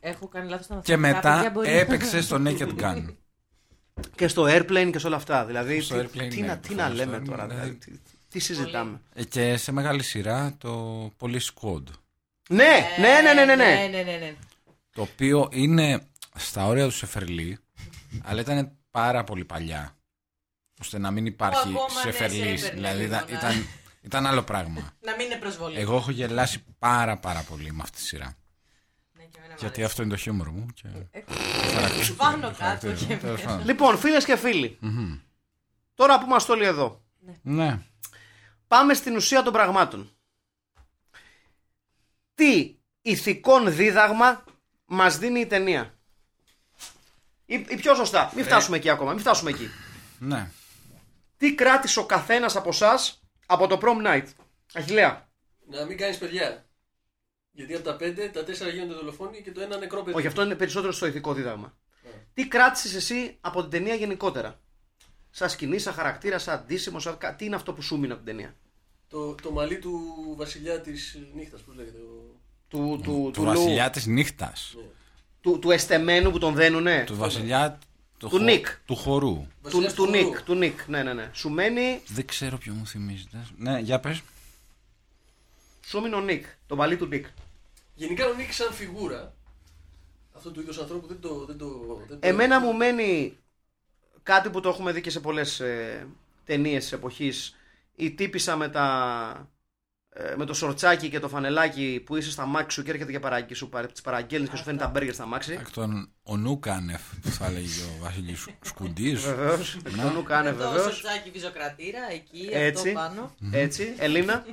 S4: Έχω κάνει λάθος στα
S3: Και
S4: μαθηματικά. παιδιά,
S3: μετά
S4: μπορεί.
S3: έπαιξε στο Naked Gun.
S2: Και στο airplane και σε όλα αυτά. Δηλαδή.
S3: Στο
S2: τι,
S3: Airplane,
S2: τι
S3: ναι,
S2: να, τι να
S3: προφανώς, στο
S2: λέμε
S3: Airplane,
S2: τώρα.
S3: δηλαδή.
S2: δηλαδή, τι, τι συζητάμε.
S3: Ε, Και σε μεγάλη σειρά το Police Squad.
S2: Ναι, ναι, ναι, ναι, ναι. ναι.
S4: ναι, ναι, ναι.
S3: Το οποίο είναι στα όρια του Σεφερλί, αλλά ήταν πάρα πολύ παλιά. ώστε να μην υπάρχει
S4: ακόμα, ναι, σε
S3: Σεφερλί.
S4: έπαιρνε
S3: Δηλαδή
S4: λίγο,
S3: ήταν,
S4: ναι.
S3: ήταν, ήταν άλλο πράγμα.
S4: Να μην είναι προσβολή.
S3: Εγώ έχω γελάσει πάρα πάρα πολύ με αυτή τη σειρά.
S4: Ναι, και εμένα μου
S3: Γιατί
S4: αρέσει.
S3: αυτό είναι το χιούμορ μου. Και... Ε,
S4: Πάνω κάτω Ε, και
S3: Τέλος πάντων.
S2: Λοιπόν, φίλες και φιλοι Τώρα που είμαστε όλοι εδώ.
S3: Ναι.
S2: Πάμε στην ουσία των πραγμάτων. Τι ηθικόν δίδαγμα μας δίνει η ταινία. Ή, ή πιο σωστά, μην φτάσουμε εκεί ακόμα, μην φτάσουμε εκεί.
S3: Ναι.
S2: Τι κράτησε ο καθένας από εσάς από το prom night. Αχιλέα.
S5: Να μην κάνεις παιδιά. Γιατί από τα πέντε, τα τέσσερα γίνονται δολοφόνοι και το ένα νεκρό παιδί.
S2: Όχι, αυτό είναι περισσότερο στο ηθικό δίδαγμα. Τι κράτησες εσύ από την ταινία γενικότερα. Σαν σκηνή, σαν χαρακτήρα, σαν αντίσημο, σαν... κα- τι είναι αυτό που σου μείνει από την ταινία.
S5: Το, το μαλλί του βασιλιά της νύχτας, πώς λέγεται. ο-
S2: Του, του,
S3: Του
S2: λου-
S3: βασιλιά της νύχτας.
S2: του, του εστεμένου που τον δένουνε.
S3: Του βασιλιά του,
S2: Ε, Του
S3: χο-
S2: Νικ.
S3: του χορού.
S2: Του,
S5: βασιλιάς
S2: του
S5: χορού.
S2: Νικ, του Νικ, ναι, ναι, ναι. Σου μένει,
S3: Δεν ξέρω ποιο μου θυμίζετε. Ναι, για πες.
S2: σου έμεινε ο Νικ, το παλί του Νικ.
S5: Γενικά ο Νίκ σαν φιγούρα. Αυτό του είδους ανθρώπου δεν το. Δεν το δεν το-
S2: Εμένα μου μένει κάτι που το έχουμε δει και σε πολλές ε, ταινίες της εποχής. Η τύπησα με, τα, ε, με το σορτσάκι και το φανελάκι που είσαι στα μάξι σου και έρχεται και παραγγεί σου, παρα- τις παραγγέλνεις και σου φέρνει τα μπέργκερ στα μάξι.
S3: Εκ των ο Νούκανεφ που θα λέγει ο Βασιλή Σκουντής.
S2: Βεβαίως, εκ των νου κάνε
S4: Το
S2: βεβαίως.
S4: σοτσάκι βυζοκρατήρα, εκεί,
S2: Έτσι.
S4: αυτό πάνω. Ναι,
S2: Έτσι, Ελίνα,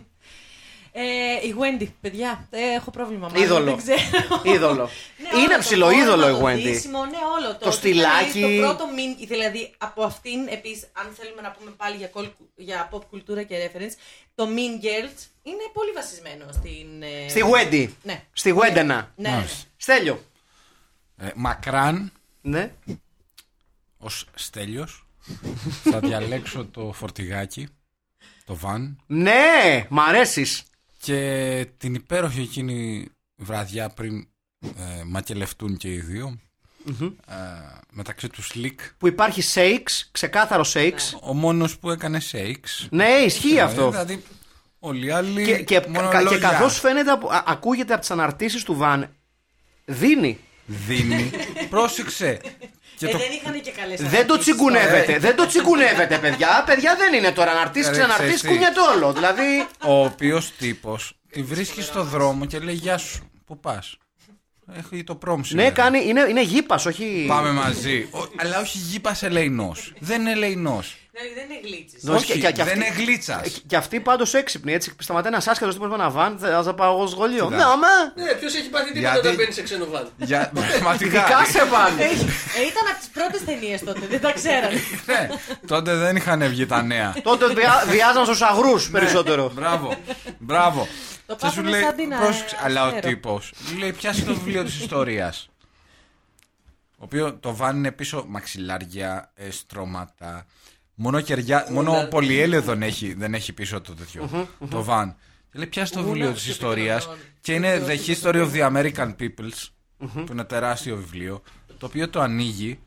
S4: Ε, η Wendy, παιδιά, ε, έχω πρόβλημα. μάλλον,
S2: Είδωλο.
S4: Δεν ξέρω.
S2: είδωλο.
S4: Ναι,
S2: Είναι
S4: όλο
S2: ψηλό
S4: το
S2: είδωλο η
S4: φόρμα, Το
S2: Wendy.
S4: ντύσιμο, ναι, όλο το.
S2: Το στυλάκι.
S4: Το πρώτο μην, δηλαδή από αυτήν, επίσης, αν θέλουμε να πούμε πάλι για, κολ, για pop κουλτούρα και reference, το Mean Girls είναι πολύ βασισμένο στην. ε,
S2: Στη Wendy.
S4: Ναι.
S2: Στη Wendena.
S4: Ναι, ναι.
S2: Στέλιο.
S3: Ε, μακράν
S2: Ναι.
S3: ως Στέλιος. θα διαλέξω το φορτηγάκι. Το βαν.
S2: Ναι, μ' αρέσεις.
S3: Και την υπέροχη εκείνη βραδιά πριν ε, μακελευτούν και οι δυο ε, μεταξύ τους Σλικ.
S2: Που υπάρχει shakes, ξεκάθαρο
S4: Ναι.
S2: shakes.
S3: Ο μόνος που έκανε σέιξ.
S2: Ναι, ισχύει αυτό.
S3: Δηλαδή, όλοι οι άλλοι.
S2: Και, και,
S3: μόνο
S2: κα- και
S3: λόγια.
S2: καθώς φαίνεται, από- α- ακούγεται από τις αναρτήσεις του Βαν, δίνει.
S3: Δίνει. Πρόσεξε. Και
S4: Ε,
S3: το
S4: δεν είχαν και καλές
S2: Δεν το τσιγκουνεύεται, δεν το τσιγκουνεύεται, παιδιά. Παιδιά δεν είναι τώρα. Αναρτήσεις,
S3: Ρε, ξέρεις
S2: ξαναρτήσει,
S3: τι.
S2: κουνιέται όλο. Δηλαδή.
S3: Ο οποίος τύπος τη βρίσκει στο δρόμο και λέει Γεια σου, πού πας. Έχει το prom σήμερα.
S2: Ναι, κάνει, είναι, είναι γήπας, όχι.
S3: Πάμε μαζί. Ο- αλλά όχι γήπας ελεηνός. Δεν είναι ελεηνός.
S4: Ναι, δεν είναι γλίτση.
S2: Ναι, όχι,
S3: Όχι,
S2: και- και
S3: δεν
S2: αυτή- Ε,
S3: είναι γλίτσας.
S2: Και αυτή πάντως έξυπνη, έτσι. Σταματάει ένα άσχετο τύπος με ένα βαν, θα θα πάω εγώ στο σχολείο. Ναι,
S3: Κοίτα.
S2: αμέ!
S5: Ναι, ποιος έχει πάθει τίποτα
S3: Γιατί-
S5: όταν μπαίνει σε ξένο βάν.
S3: Για πραγματικά.
S2: Ειδικά σε βαν!
S4: Ε, ήταν από τις πρώτες ταινίες τότε, δεν τα ξέρανε.
S3: Ναι, τότε δεν είχαν βγει τα νέα.
S2: Τότε βιά- βιάζαν στους αγρούς
S3: Ναι.
S2: περισσότερο.
S3: Μπράβο, μπράβο.
S4: Το
S3: Και σου
S4: πάθαμε
S3: λέει,
S4: σαν την α-
S3: πρόσεξε, αλλά ο
S4: αστέρο.
S3: τύπο λέει, πιάσει το βιβλίο της ιστορίας. Ο οποίο το βάν είναι πίσω μαξιλάρια, ε, στρώματα. Μόνο, κεριά, μόνο πολυέλαιο δεν έχει, δεν έχει πίσω το τέτοιο. Το βαν. Και λέει, πιάσει το βιβλίο τη ιστορία.
S4: ναι.
S3: Και είναι The History of the American Peoples. Που είναι τεράστιο βιβλίο. Το οποίο το ανοίγει.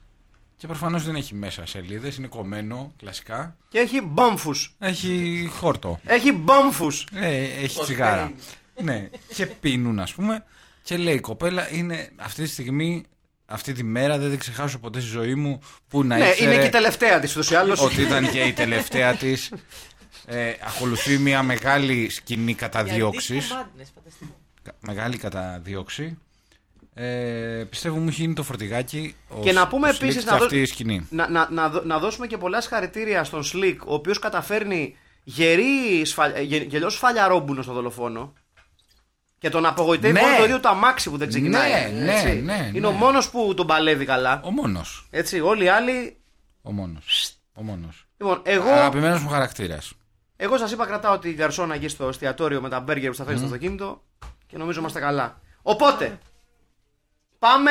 S3: Και προφανώς δεν έχει μέσα σελίδες. Είναι κομμένο κλασικά.
S2: Και έχει μπάμφους.
S3: Έχει χόρτο.
S2: Έχει μπάμφους.
S3: Ε, έχει
S5: Πώς
S3: τσιγάρα.
S5: παίρνει.
S3: ναι, και πίνουν, ας πούμε. Και λέει η κοπέλα, είναι αυτή τη στιγμή, αυτή τη μέρα δεν θα ξεχάσω ποτέ στη ζωή μου που να
S2: Ναι,
S3: ήξερε
S2: είναι και η τελευταία της ούτως ή άλλως.
S3: ότι ήταν και η τελευταία της. Ε, ακολουθεί μια μεγάλη σκηνή καταδίωξη. Μεγάλη καταδίωξη. Ε, πιστεύω μου έχει γίνει το φορτηγάκι. Ο,
S2: Και να πούμε
S3: ο Σλικ
S2: επίσης
S3: σε
S2: να δω-
S3: αυτή η σκηνή.
S2: Να, να, να, δω- να δώσουμε και πολλά συγχαρητήρια στον Σλικ, ο οποίος καταφέρνει γερή, σφα, γε, γελιός σφαλιαρόμπουλο στο δολοφόνο. Και τον απογοητεύει
S3: Ναι.
S2: μόνο το ίδιο το αμάξι που δεν ξεκινάει.
S3: Ναι, ναι,
S2: έτσι.
S3: ναι,
S2: Είναι ο
S3: ναι.
S2: μόνος που τον παλεύει καλά.
S3: Ο μόνος.
S2: Έτσι, όλοι οι άλλοι.
S3: Ο μόνος. Ο μόνος.
S2: Λοιπόν, εγώ,
S3: Αγαπημένος μου χαρακτήρας.
S2: εγώ σας είπα, κρατάω τη γαρσόνα εκεί στο εστιατόριο με τα μπέργκερ που στα φέρνει στο αυτοκίνητο και νομίζω είμαστε καλά. Οπότε, πάμε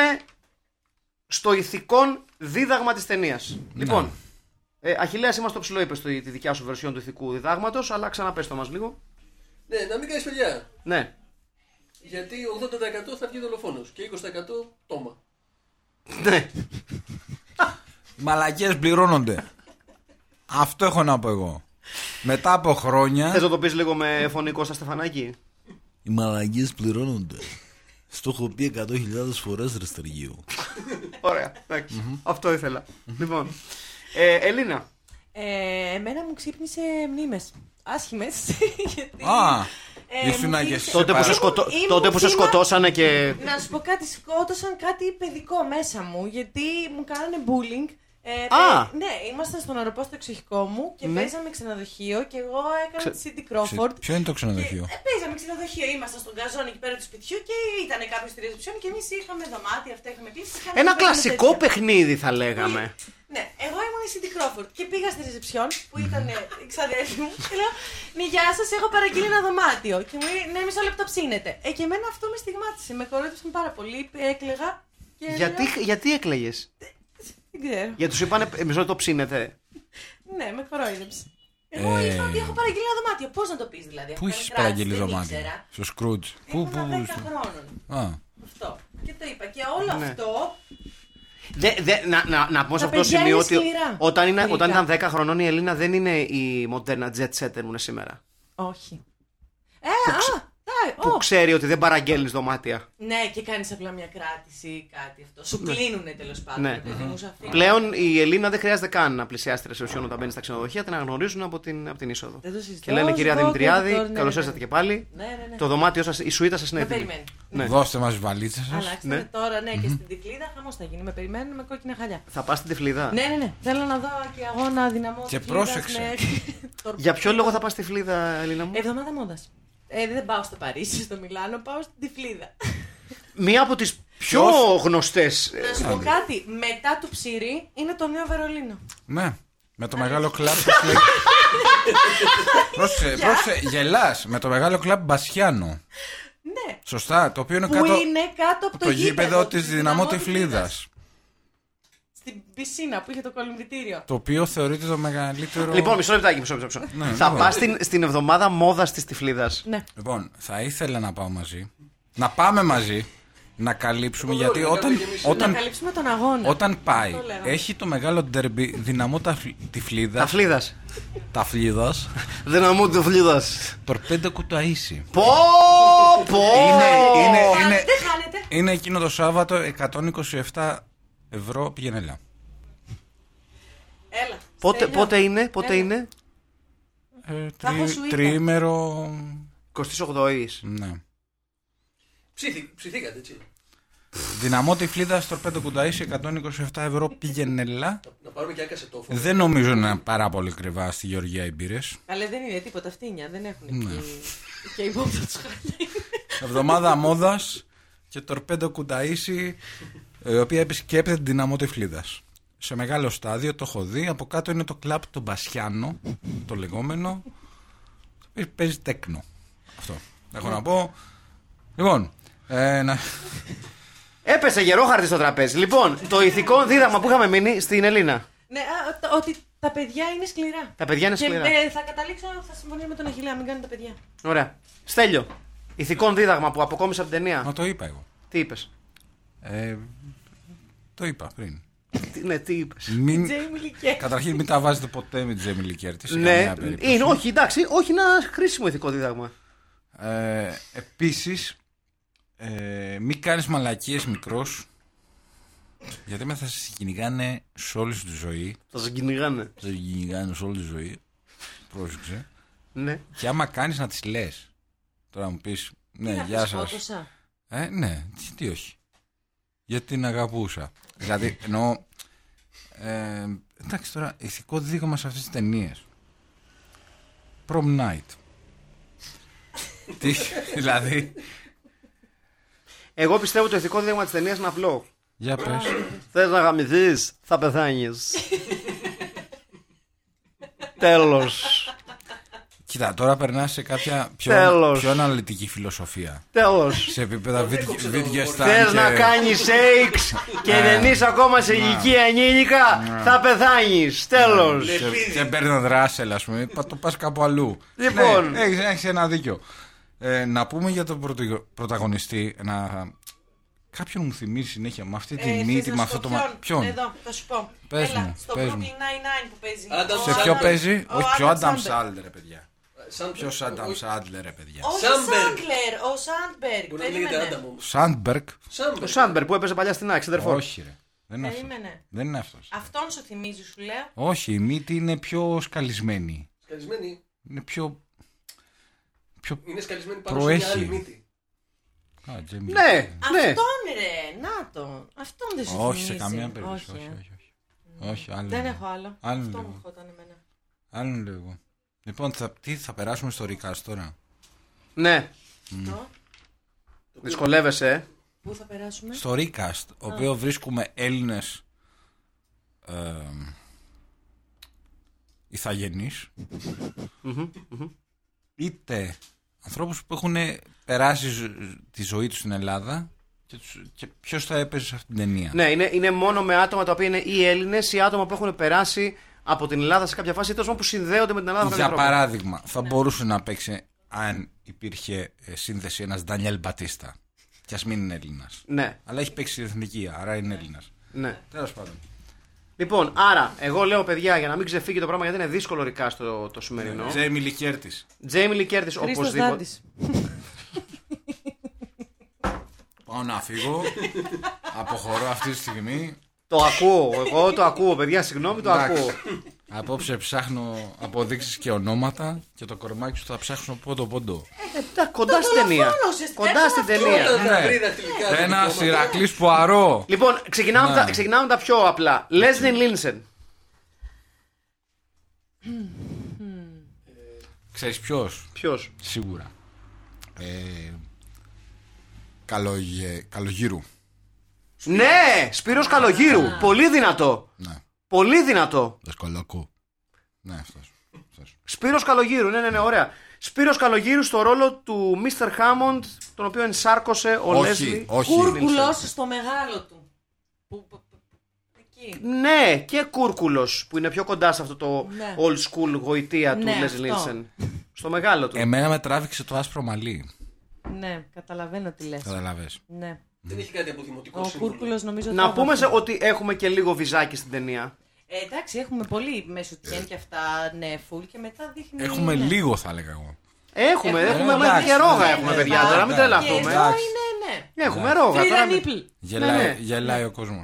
S2: στο ηθικό δίδαγμα της ταινίας. Λοιπόν, ε, Αχηλέα, είμαστε το ψηλό, είπες στη τη δικιά σου βερσιόν του ηθικού διδάγματος, αλλά ξαναπες το μας λίγο.
S5: Ναι, να μην κάνεις παιδιά.
S2: Ναι.
S5: Γιατί 80% θα βγει δολοφόνος και 20% τόμα.
S2: ναι.
S3: Οι μαλακίες πληρώνονται. Αυτό έχω να πω εγώ. Μετά από
S2: Θε
S3: χρόνια.
S2: να το πεις λίγο με φωνικό στα Στεφανάκη.
S7: Οι μαλαγγίες πληρώνονται. Στο έχω πει 100.000 φορές ρε Στεργίου.
S2: Ωραία. εντάξει. Αυτό ήθελα. λοιπόν. Ε, Ελίνα.
S4: Ε, εμένα μου ξύπνησε μνήμες. Άσχημες. γιατί...
S3: Α,
S4: Ε,
S3: ήσουν
S4: μου
S3: και
S4: ξύπνησε-
S3: εσύ
S2: Τότε που,
S3: πάρα-
S2: σε, σκοτώ...
S4: Ήμουν- ήμουν
S2: τότε που σε
S4: ψήμα-
S2: σκοτώσανε και.
S4: Να σου πω κάτι, σκότωσαν κάτι παιδικό μέσα μου γιατί μου κάνανε bullying. Ε,
S2: Α!
S4: παι- ναι, ήμασταν στον αεροπό στο εξοχικό μου και
S2: Ναι.
S4: παίζαμε ξενοδοχείο και εγώ έκανα τη Cindy
S3: Ξε-
S4: Crawford.
S3: Ποιο είναι το ξενοδοχείο.
S4: Ε, παίζαμε ξενοδοχείο, ήμασταν στον καζόν εκεί πέρα του σπιτιού και ήταν κάποιος στη ρεζεψιόν και εμείς είχαμε δωμάτια, αυτά είχαμε πει. είχαμε
S2: Ένα
S4: κάνει
S2: κλασικό
S4: τέτοια.
S2: παιχνίδι θα λέγαμε.
S4: Ναι, εγώ ήμουν η Cindy Crawford και πήγα στη ρεζεψιόν που ήταν ε, η ξαδέρφη μου και λέω Ναι, γεια σας, έχω παραγγείλει ένα δωμάτιο. Και μου λέει Ναι, μισό λεπτό ψήνεται. Ε, και εμένα αυτό με στιγμάτισε, με κορόιδεψαν πάρα πολύ, έκλεγα. Και
S2: γιατί
S4: λέω,
S2: γιατί έκλαιγες.
S4: Δεν ξέρω.
S2: Γιατί του είπανε «Ε, μισό το ψήνετε.
S4: Ναι, με κορόιδεψε. Εγώ είπα ότι έχω παραγγείλει ένα δωμάτιο. Πώς να το πεις δηλαδή.
S3: Ε. Πού
S4: αυτό
S3: έχεις
S4: είναι κράτης,
S3: παραγγείλει
S4: δεν
S3: δωμάτιο.
S4: ήξερα.
S3: Στο Σκρούτζ. Πού,
S4: Ήμουν
S3: πού.
S4: 10 χρόνων.
S3: Α,
S4: Αυτό. Και το είπα. Και όλο
S2: Ναι.
S4: αυτό.
S2: Δε, δε, να, να, να πω σε αυτό
S4: Τα
S2: το
S4: παιδιά
S2: σημείο
S4: είναι
S2: ότι
S4: σκληρά.
S2: όταν, είναι, όταν
S4: Τελικά.
S2: ήταν 10 χρονών η Ελίνα δεν είναι η μοντέρνα jet setter μου είναι σήμερα.
S4: Όχι. Ε, α! τα-
S2: Που
S4: ω.
S2: ξέρει ότι δεν παραγγέλνεις δωμάτια.
S4: Ναι, και κάνεις απλά μια κράτηση ή κάτι αυτό. Σου κλείνουνε τέλος πάντων.
S2: Ναι.
S4: παιδί μου, σου αφήνουν.
S2: Πλέον η Ελίνα δεν χρειάζεται καν να πλησιάσει τη ρεσεψιόν όταν μπαίνει στα ξενοδοχεία, την αναγνωρίζουν από την, από την είσοδο.
S4: Δεν το συζητώ.
S2: Και λένε κυρία
S4: Σβόκο,
S2: Δημητριάδη,
S4: το- ναι,
S2: καλώς
S4: ναι,
S2: ήρθατε
S4: ναι.
S2: και πάλι.
S4: Ναι, ναι, ναι.
S2: Το δωμάτιο σας, η σουίτα σας είναι
S4: Με
S2: έτοιμη.
S4: περιμένει.
S2: Ναι.
S3: Δώστε μας βαλίτσες σας.
S4: Αλλάξτε
S2: ναι.
S4: με τώρα, ναι, και στην τυφλίδα χαμός θα γίνει. Με περιμένουν με κόκκινα χαλιά.
S2: Θα πας στην τυφλίδα.
S4: Ναι, ναι, ναι. Θέλω να δω και αγώνα δυναμό.
S3: Και
S4: τυφλίδας
S3: πρόσεξε.
S4: με-
S2: Για ποιο λόγο θα πας στη φλίδα, Ελίνα μου.
S4: Εβδομάδα μόδα. Ε, δεν πάω στο Παρίσι, στο Μιλάνο, πάω στην Τυφλίδα.
S2: Μία από τις πιο ε, γνωστέ.
S4: Να σου πω κάτι. Μετά του Ψηρή είναι το νέο Βερολίνο.
S3: Ναι. Με το μεγάλο κλαμπ που σου λέει. Πρόσεξε, πρόσεξε, γελάς με το μεγάλο κλαμπ Μπασιάνο.
S4: Ναι.
S3: Σωστά, το οποίο είναι
S4: Που
S3: κάτω
S4: είναι κάτω από το,
S3: το γήπεδο της Δυναμό
S4: Τυφλίδας.
S3: Τυφλίδας.
S4: Στην πισίνα που είχε το κολυμπητήριο.
S3: Το οποίο θεωρείται το μεγαλύτερο.
S2: Λοιπόν, μισό λεπτάκι, μισό λεπτό.
S3: Ναι,
S2: θα
S3: λοιπόν.
S2: πας στην, στην εβδομάδα μόδας της τυφλίδας.
S4: Ναι.
S3: Λοιπόν, θα ήθελα να πάω μαζί. Να πάμε μαζί. Να καλύψουμε.
S5: Όλοι,
S3: γιατί
S5: να
S3: όταν,
S5: κάνουμε κι εμείς.
S4: Να
S3: όταν,
S4: καλύψουμε τον αγώνα.
S3: όταν πάει,
S4: Αυτό λέγαμε.
S3: έχει το μεγάλο ντερμπι δυναμό ταφλ- τυφλίδας.
S2: Ταφλίδας.
S3: Ταφλίδας.
S2: Δυναμό τυφλίδας.
S3: Τορπέντα κουταΐσι.
S2: Πω! Πω!
S3: Είναι, είναι, είναι,
S4: Δεν χάνεται.
S3: είναι εκείνο το Σάββατο 127 ευρώ πήγαινε έλα.
S4: Έλα.
S2: Πότε,
S4: Στέλιο.
S2: πότε είναι, πότε
S4: Έλα.
S2: είναι.
S3: Ε,
S4: Θα έχω
S3: τρι-
S4: σου είπα.
S3: τριήμερο.
S2: 28η.
S3: Ναι.
S5: Ψήθη, ψηθήκατε έτσι.
S3: Δυναμό τυφλίδα στο 5 κουνταίσι 127 ευρώ πήγαινε λα.
S5: Να πάρουμε και άκασε τόφο.
S3: Δεν νομίζω να είναι πάρα πολύ κρυβά στη Γεωργία οι μπύρες.
S4: Αλλά δεν είναι τίποτα φτύνια, δεν έχουν
S3: Ναι.
S4: εκεί. Και η μόδα του χάλια.
S3: Εβδομάδα μόδας και τορπέντο κουνταΐσι η οποία επισκέπτεται την δυναμό τυφλίδα. Σε μεγάλο στάδιο το έχω δει. Από κάτω είναι το κλαπ το Μπασιάνο, το λεγόμενο. το οποίο Παίζει τέκνο. Αυτό. Έχω να πω. Λοιπόν, ε, να...
S2: Έπεσε γερό χαρτί στο τραπέζι. Λοιπόν, το ηθικό δίδαγμα που είχαμε μείνει στην Ελίνα.
S4: Ναι, α, ότι- ότι τα παιδιά είναι σκληρά.
S2: Τα παιδιά είναι
S4: Και,
S2: σκληρά.
S4: ε, θα καταλήξω, θα συμφωνήσω με τον Αχιλέα, μην κάνουν τα παιδιά.
S2: Ωραία. Στέλιο. Ηθικό δίδαγμα που αποκόμισε από την ταινία.
S3: μα το είπα εγώ.
S2: Τι είπες.
S3: Ε, το είπα πριν.
S2: Ναι, τι είπες.
S3: Μην...
S4: Τζέιμι Λικέ.
S3: Καταρχήν μην τα βάζετε ποτέ με τη Τζέμι Λικέρτη. σε
S2: Ναι,
S3: καμιά περίπτωση.
S2: είναι, όχι, εντάξει, όχι ένα χρήσιμο ηθικό δίδαγμα.
S3: Ε, επίσης, ε, μη κάνεις μαλακίες μικρός, γιατί μετά θα σε κυνηγάνε σε όλη σου τη ζωή.
S2: Θα σε κυνηγάνε.
S3: Θα σε κυνηγάνε σε όλη τη ζωή. Πρόσεξε.
S2: Ναι.
S3: Και άμα κάνεις να τις λες, τώρα μου πεις, ναι,
S4: Να
S3: γεια
S4: τους
S3: σας.
S4: σκότωσα.
S3: Ε, ναι, τι, τι όχι. Γιατί την αγαπούσα. δηλαδή, εννοώ, ε, εντάξει τώρα, ηθικό δίδαγμα σε αυτές τις ταινίες. Prom night. τι, δηλαδή,
S2: Εγώ πιστεύω το ηθικό δίδαγμα της ταινίας είναι απλό.
S3: Για πες.
S2: Θες να γαμηθείς, θα πεθάνεις. Τέλος.
S3: Κοίτα, τώρα περνάς σε κάποια πιο,
S2: Τέλος.
S3: πιο αναλυτική φιλοσοφία.
S2: Τέλος.
S3: Σε επίπεδα Wittgenstein.
S2: Θε
S3: και-
S2: να κάνεις σεξ και
S3: Ναι.
S2: δεν είσαι ακόμα σε ηλικία ενήλικα, θα πεθάνεις.
S3: Ναι.
S2: Τέλο.
S3: Και, και Μπέρναρντ Ράσελ, ας πούμε. Πα- Το πας κάπου αλλού.
S2: Λοιπόν.
S3: Ναι, έχεις, έχεις ένα δίκιο. Ε, να πούμε για τον πρωτο- πρωταγωνιστή. Να... Κάποιον μου θυμίζει συνέχεια με αυτή τη
S4: Ε, θες
S3: μύτη,
S4: να
S3: με
S4: σου
S3: αυτό
S4: πω
S3: το. μα-
S4: ποιον?
S3: Ποιον.
S4: Εδώ, θα σου πω.
S3: Πες
S4: Έλα,
S3: μου,
S4: στο
S3: πες
S4: Brooklyn
S3: μου.
S4: Nine-Nine που παίζει.
S5: Adam
S4: ο
S3: Σε ποιο
S5: Sandler.
S4: Adam-
S3: παίζει,
S4: ο
S3: Όχι, ποιο
S4: Adam
S3: Άνταμ
S4: Sandler.
S3: Σάντλερ, ρε παιδιά. Ποιο Άνταμ Σάντλερ, ρε παιδιά.
S4: Όχι, ο
S5: Sandberg.
S4: Σάντλερ, ο Σάντμπεργκ.
S5: Μπορεί να λέγεται Άνταμ
S4: Περίμενε.
S5: όμως.
S3: Σάντμπεργκ.
S2: Ο
S5: Σάμπερ.
S2: Σάντμπερ που έπαιζε παλιά στην Άξεντερ Φόρ.
S3: Όχι, ρε. Δεν
S4: Ε,
S3: είναι αυτός.
S4: Περίμενε.
S3: Δεν είναι αυτός.
S4: Αυτόν σου θυμίζει, σου λέω.
S3: Όχι, η μύτη είναι πιο σκαλισμένη.
S5: Σκαλισμένη.
S3: είναι πιο. πιο...
S5: Είναι σκαλισμένη πάνω σε
S3: Προέχει.
S5: μια άλλη μύτη.
S3: Α, Jamie Lee.
S2: Ναι, ναι.
S4: Αυτόν ρε, να τον. Αυτόν δεν σου θυμίζει.
S3: Όχι, σε καμία περίπτωση.
S4: Όχι,
S3: Όχι,
S4: ε.
S3: όχι. όχι. όχι άλλο
S4: Δεν
S3: λέω.
S4: έχω άλλο.
S3: Άλλο
S4: Αυτό
S3: λίγο.
S4: μου ερχόταν εμένα.
S3: Άλλον λέω εγώ. Λοιπόν, θα, τι θα περάσουμε στο recast τώρα.
S2: Ναι,
S4: Αυτό.
S2: δυσκολεύεσαι. ε.
S4: Πού θα περάσουμε.
S3: Στο recast, ο οποίο βρίσκουμε Έλληνες. Ε, ηθαγενείς, είτε ανθρώπους που έχουν περάσει ζ- τη ζωή τους στην Ελλάδα και, τους, και ποιος θα έπαιζε σε αυτήν την ταινία.
S2: Ναι, είναι, είναι μόνο με άτομα τα οποία είναι ή Έλληνες ή άτομα που έχουν περάσει από την Ελλάδα σε κάποια φάση ή τέλο πάντων που συνδέονται με την Ελλάδα. με
S3: Για
S2: κάποιο τρόπο.
S3: παράδειγμα, θα μπορούσε να παίξει αν υπήρχε ε, σύνδεση ένας Ντανιέλ Μπατίστα. Κι ας μην είναι Έλληνας.
S2: Ναι,
S3: Αλλά έχει παίξει στην εθνική, άρα είναι Έλληνας.
S2: ναι.
S3: Τέλος πάντων.
S2: Λοιπόν, άρα, εγώ λέω παιδιά για να μην ξεφύγει το πράγμα γιατί είναι δύσκολο ρικά στο το σημερινό.
S3: Τζέιμι Λικέρτης.
S2: Τζέιμι Λικέρτης
S4: Χρήστος
S2: οπωσδήποτε.
S4: Δάντης.
S3: Πάω να φύγω. Αποχωρώ αυτή τη στιγμή.
S2: Το ακούω. Εγώ το ακούω, παιδιά. Συγγνώμη, το
S3: Εντάξει.
S2: ακούω.
S3: Απόψε ψάχνω αποδείξεις και ονόματα και το κορμάκι σου θα ψάχνω πόντο πόντο.
S4: Ε,
S2: Τα κοντά στην ταινία.
S4: δολοφόνος,
S2: Κοντά στην ταινία.
S5: Τα βρει δηλαδή, δαχτυλικά.
S3: Ένα Ηρακλή Πουαρό.
S2: Λοιπόν, ξεκινάμε,
S3: Ναι.
S2: τα, ξεκινάμε τα πιο απλά. Λέσλιν Λίνσεν.
S3: Ξέρεις ποιος.
S2: Ποιος.
S3: Σίγουρα. Ε, καλογε- καλογύρου.
S2: Ναι! Σπύρος Καλογύρου. Πολύ δυνατό.
S3: Ναι.
S2: Πολύ δυνατό.
S3: Δασκολακού. Ναι, αυτός.
S2: Σπύρος Καλογύρου. Ναι, ναι, ναι, ωραία. Σπύρος Καλογύρου στο ρόλο του Mr. Hammond, τον οποίο ενσάρκωσε ο
S3: Όχι,
S2: Λέσλι.
S3: όχι.
S4: Κούρκουλος στο μεγάλο του. Που- που- που- Εκεί.
S2: Ναι, και Κούρκουλος που είναι πιο κοντά σε αυτό το
S4: Ναι.
S2: old school γοητεία του
S4: Ναι,
S2: Λέσλι
S4: αυτό.
S2: Λίνσεν. Στο μεγάλο του.
S3: Εμένα με τράβηξε το άσπρο μαλλί.
S4: Ναι, καταλαβαίνω τι λες.
S3: Καταλαβέ.
S4: Ναι.
S5: Δεν έχει κάτι αποδημοτικό
S4: Ο
S5: σύμβολο.
S4: Κούρκουλος νομίζω
S2: Να
S4: ότι θα
S2: πούμε σε
S4: βαφτεί.
S2: ότι έχουμε και λίγο βυζάκι στην ταινία.
S4: Ε, εντάξει, έχουμε πολύ μέσω τιέν και αυτά, ναι, φουλ και μετά δείχνει.
S3: Έχουμε
S4: ναι.
S3: λίγο, θα έλεγα εγώ.
S2: Έχουμε,
S4: Έχουμε, Ναι,
S2: έχουμε, έχουμε
S3: εντάξει,
S2: και ρόγα
S3: εντάξει,
S2: έχουμε,
S3: εντάξει,
S2: παιδιά. Τώρα μην
S3: ναι, εντάξει.
S4: Και εδώ
S2: τρελαθούμε.
S3: Εντάξει.
S4: είναι, ναι.
S2: Έχουμε ρόγα.
S4: Φρίδα
S2: τώρα μην-
S4: νίπλ.
S3: Γελάει,
S2: Ναι, ναι.
S3: γελάει ο κόσμος.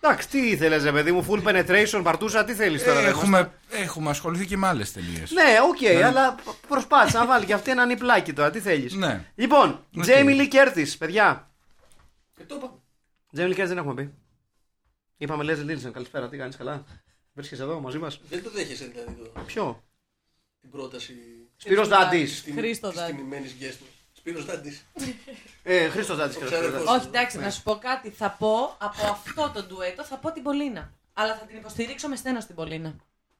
S2: Εντάξει, τι ήθελες, ρε παιδί μου, full penetration, παρτούσα, τι θέλεις Ε, τώρα. ρε, μας.
S3: Ε, Έχουμε, έχουμε ασχοληθεί και με άλλες ταινίες.
S2: Ναι, οκ, αλλά προσπάθησε να βάλει και αυτή ένα νυπλάκι τώρα, τι θέλεις.
S3: Ναι.
S2: Λοιπόν, Jamie Lee Curtis, παιδιά.
S5: Ε, το είπα.
S2: Τζέμιλ Κέρτ δεν έχουμε πει. Είπαμε Λέσλι Νίλσεν, καλησπέρα, τι κάνεις καλά. Βρίσκεσαι εδώ μαζί μας.
S5: Δεν το δέχεσαι δηλαδή το,
S2: Ποιο?
S5: την πρόταση.
S2: Σπύρος Δάντη.
S5: της τιμή-
S4: Χρήστο
S5: της
S4: Δάντης.
S5: τιμημένης guest μας. Σπύρος Δάντης.
S2: Ε, Χρήστος Δάντης, κύριο
S5: Ξέρω
S2: Σπύρος Δάντη.
S5: εγώ.
S4: Όχι, εντάξει, να σου πω κάτι. Θα πω από αυτό το ντουέτο, θα πω την Πολίνα. Αλλά θα την υποστηρίξω με στένο την Πολίνα.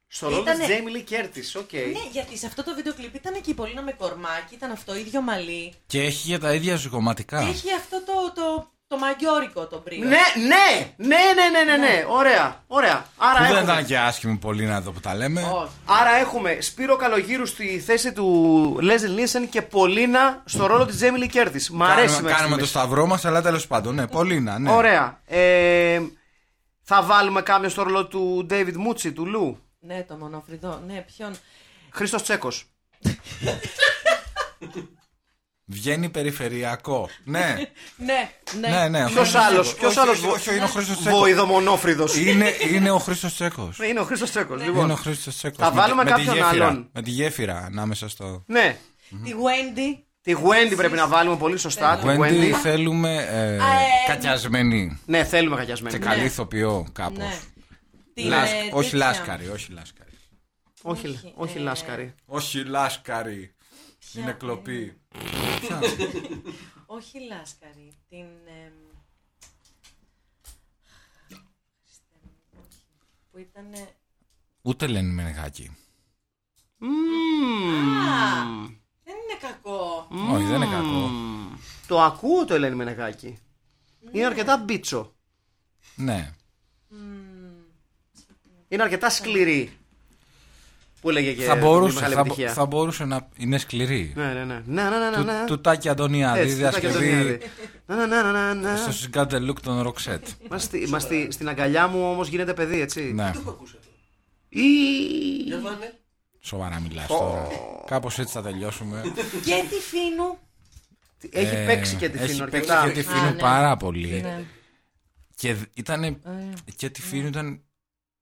S2: Στο ρόλο τη
S4: Ήτανε-
S2: Τζέμιλι Κέρτης, οκ.
S4: Ναι, γιατί σε αυτό το βίντεο κλιπ ήταν και η Πολίνα με κορμάκι, ήταν αυτό ίδιο μαλλί.
S3: Και έχει για τα ίδια ζυγοματικά.
S4: Και είχε αυτό το, το, το μαγιόρικο το μπρίο.
S2: Ναι, ναι, ναι, ναι, ναι, ναι, ναι. Ωραία, ωραία. Άρα
S3: Που δεν
S2: έχουμε,
S3: ήταν και άσχημη πολύ να δω που τα λέμε.
S4: Όχι.
S2: άρα έχουμε Σπύρο Καλογύρου στη θέση του Λέζελ Νίλσεν και Πολίνα στο ρόλο της Τζέμιλι Κέρτη. Μ' αρέσει
S3: κάνουμε,
S2: μέχρι
S3: κάνουμε το
S2: στιγμής.
S3: σταυρό μας, αλλά τέλος πάντων. Ναι, πολύ να, ναι.
S2: Ωραία. Ε, θα βάλουμε κάποιον στο ρόλο του David Μούτσι, του Λου.
S4: Ναι, το μονοφρυδό. Ναι, ποιον.
S2: Χρήστος Τσέκος.
S3: Βγαίνει περιφερειακό. Ναι,
S4: Ναι, ναι.
S3: ναι, ναι.
S2: Ποιος
S3: Χρήστος
S2: άλλος,
S3: Τσέκος.
S2: ποιος
S3: Όχι,
S2: άλλος
S3: όχι, Όχι, είναι ο Χρήστος Τσέκος.
S2: Βοηδομονόφρυδος.
S3: Είναι, είναι ο Χρήστος Τσέκος.
S2: Είναι ο Χρήστος Τσέκος.
S3: Είναι ο
S2: Λοιπόν.
S3: Χρήστος Τσέκος.
S2: Θα βάλουμε κάποιον άλλον.
S3: Με τη γέφυρα ανάμεσα στο.
S2: Ναι.
S4: Τη Wendy.
S2: Τη Wendy πρέπει να βάλουμε πολύ σωστά. Τη
S3: Wendy
S2: Wendy.
S3: θέλουμε ε,
S4: ε,
S3: κατιασμένη
S2: Ναι, θέλουμε
S3: και
S2: κακιασμένη.
S3: καλή ηθοποιό κάπως.
S4: Ναι. Την, ε,
S3: Λάσ- Όχι
S4: τέτοια.
S3: λάσκαρη, όχι λάσκαρη.
S2: Όχι, όχι
S4: ε,
S2: λάσκαρη.
S3: Όχι λάσκαρη. Είναι
S4: είναι?
S3: κλοπή.
S4: Όχι λάσκαρη. Την. Ε, Χριστέ μου, όχι. που ήταν.
S3: Ούτε λένε Μενεγάκη.
S2: Μμμ.
S4: Δεν είναι κακό.
S3: Όχι, δεν είναι κακό.
S2: Το ακούω το Ελένη Μενεγάκη. Είναι αρκετά μπίτσο.
S3: Ναι.
S2: Είναι αρκετά σκληρή. Που έλεγε και
S3: θα,
S2: η
S3: μπορούσε,
S2: μεγάλη
S3: θα, μπο-
S2: επιτυχία.
S3: θα μπορούσε να είναι σκληρή.
S2: Ναι, ναι, ναι. Να, να, να, να,
S3: Του,
S2: να.
S3: του Τάκη Αντωνιάδη,
S2: Έτσι, Τάκη Ναι.
S3: διασκευή
S2: Αντωνιάδη. δηλαδή. Να, να, να, να, να.
S3: στο συγκάντε look των Ροξέτ.
S2: Μα στη- μα στη- στην αγκαλιά μου όμως γίνεται παιδί, έτσι.
S3: ναι,
S5: Το έχω ακούσει αυτό.
S2: Ή...
S5: Για βάνε.
S3: σοβαρά μιλάς τώρα. Κάπως έτσι θα τελειώσουμε.
S4: Και τη Φίνου.
S2: Έχει
S3: Ε,
S2: παίξει και τη
S3: έχει
S2: Φίνο
S3: παίξει
S2: αρκετά.
S3: και τη
S4: Α,
S3: Φίνου
S4: ναι.
S3: πάρα πολύ.
S4: Ναι.
S3: Και ήταν.
S4: Ε,
S3: Και τη Φίνου ήταν.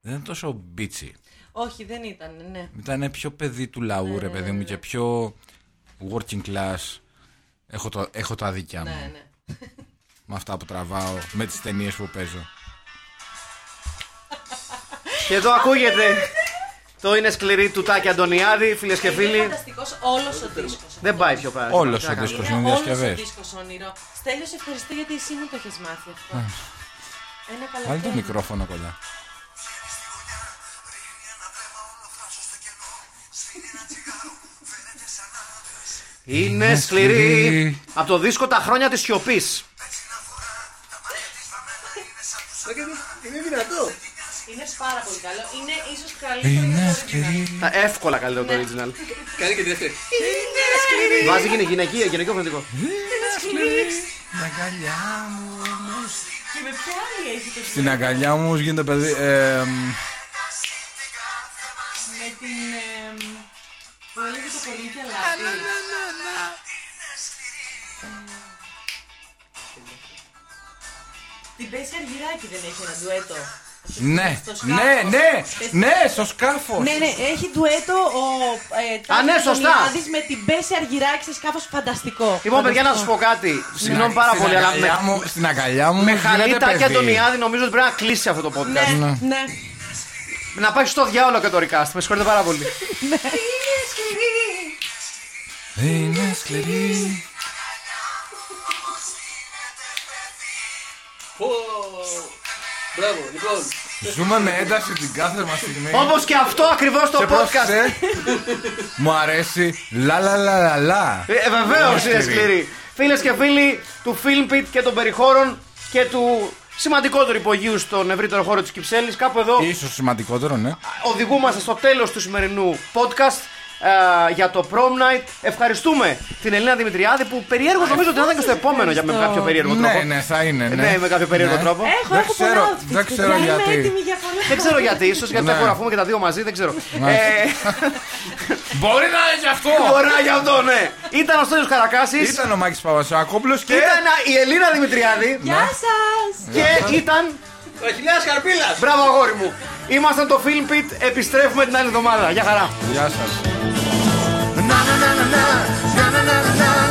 S3: Δεν ήταν τόσο μπίτσι.
S4: Όχι, δεν ήταν, ναι.
S3: Ήταν πιο παιδί του λαού, ρε παιδί
S4: Ε.
S3: μου, και πιο working class. Έχω, το, έχω τα δίκια
S4: Ναι,
S3: μου
S4: ναι.
S3: με αυτά που τραβάω, με τις ταινίες που παίζω.
S2: Και εδώ ακούγεται το είναι σκληρή του Τάκη Αντωνιάδη, φίλες και
S4: Είναι
S2: φίλοι.
S4: φανταστικός όλος ο δίσκος.
S2: Δεν πάει πιο πέρα.
S3: Όλος
S2: Τι να
S3: ο
S2: κάνουμε.
S3: δίσκος.
S4: Είναι
S3: είναι
S4: όλος ο
S3: διασκευές.
S4: δίσκος όνειρο. Στέλιος, σε ευχαριστώ γιατί εσύ μου το έχεις μάθει αυτό. Ένα
S3: Βάλε το
S4: καλοκαίρι.
S3: μικρόφωνο κοντά.
S2: Είναι σκληρή.
S3: σκληρή.
S2: Από το δίσκο Τα χρόνια της σιωπής.
S5: Ρε, και Είναι δυνατό.
S4: Είναι πάρα πολύ καλό. Είναι ίσως καλύτερο.
S3: Είναι
S4: Είναι
S3: σκληρή.
S2: Τα εύκολα καλύτερο το original.
S5: Κάνει και δεύτερη.
S2: Βάζει γυναι- γυναικείο, γυναικείο φωνητικό.
S3: Στην αγκαλιά μου όμως.
S4: Και με ποια άλλη έχει το
S3: Στην αγκαλιά μου όμως γίνεται παιδί. Ε, μ,
S4: Με την. εμ, Που έλεγε το πολύ και
S2: Ναι,
S4: λάθη. Την Πέση Αργυράκη δεν έχει ένα ντουέτο.
S3: ναι,
S4: Στο σκάφος.
S3: ναι, ναι,
S4: Στη-
S3: ναι, στο σκάφος.
S4: Ναι, ναι, έχει ντουέτο ο ε, Τάκης
S2: ναι, σωστά.
S4: Αντωνιάδης με την Πέση Αργυράκη σε σκάφος φανταστικό.
S2: Λοιπόν, παιδιά, να σα
S4: Φανταστικό.
S2: πω κάτι. Συγγνώμη πάρα πολύ, αλλά με,
S3: Στην αγκαλιά μου
S2: με χαλή
S3: γίνεται
S2: Τάκη
S3: παιδί.
S2: Αντωνιάδη νομίζω ότι πρέπει να κλείσει αυτό το podcast.
S4: Ναι, ναι.
S2: Να πάει στο διάολο και το recast. Με συγχωρείτε πάρα πολύ.
S3: Είναι σκληρή.
S5: Πω. Μπράβο, λοιπόν.
S3: Ζούμε με ένταση την κάθε μας στιγμή.
S2: Όπως και αυτό ακριβώς το
S3: Και
S2: podcast.
S3: πρόσεξε, Μου αρέσει. Λα λα λα λα λα.
S2: Ε, Βεβαίω είναι
S3: Είναι
S2: σκληρή. Φίλες και φίλοι του Filmpit και των περιχώρων και του σημαντικότερου υπογείου στον ευρύτερο χώρο της Κυψέλης, κάπου εδώ
S3: Ίσως σημαντικότερο, ναι.
S2: οδηγούμαστε στο τέλος του σημερινού podcast ε, για το Prom Night. Ευχαριστούμε την Ελίνα Δημητριάδη που περιέργως νομίζω ότι θα ήταν και στο επόμενο για με κάποιο περίεργο τρόπο.
S3: Ναι, ναι, θα είναι.
S2: Ε, ναι, με κάποιο περίεργο
S3: Ναι.
S2: τρόπο.
S4: Έχω,
S3: Δεν
S4: έχω
S3: ξέρω,
S4: πολλά outfits,
S3: δεν ξέρω
S4: παιδιά,
S3: γιατί.
S4: Είμαι έτοιμη για πολλά.
S2: Δεν ξέρω γιατί, ίσως γιατί
S3: Ναι.
S2: θα χωραφούμε και τα δύο μαζί, δεν ξέρω.
S3: Ναι.
S2: Ε,
S3: Μπορεί να είναι γι' αυτό.
S2: Μπορεί να γι' αυτό, ναι. Ήταν ο Στέλιος Καρακάσης
S3: Ήταν ο Μάκης Παπασάκομπλος και... Ναι.
S2: Ήταν η Ελίνα Δημητριάδη.
S4: Γεια σας.
S2: Και ήταν.
S5: Ο Αχιλέας Καρπίλας.
S2: Μπράβο, αγόρι μου. Ήμασταν το Film Pit. Επιστρέφουμε την άλλη εβδομάδα. Γεια χαρά.
S3: Γεια σας.
S8: Na na na na na na na na na.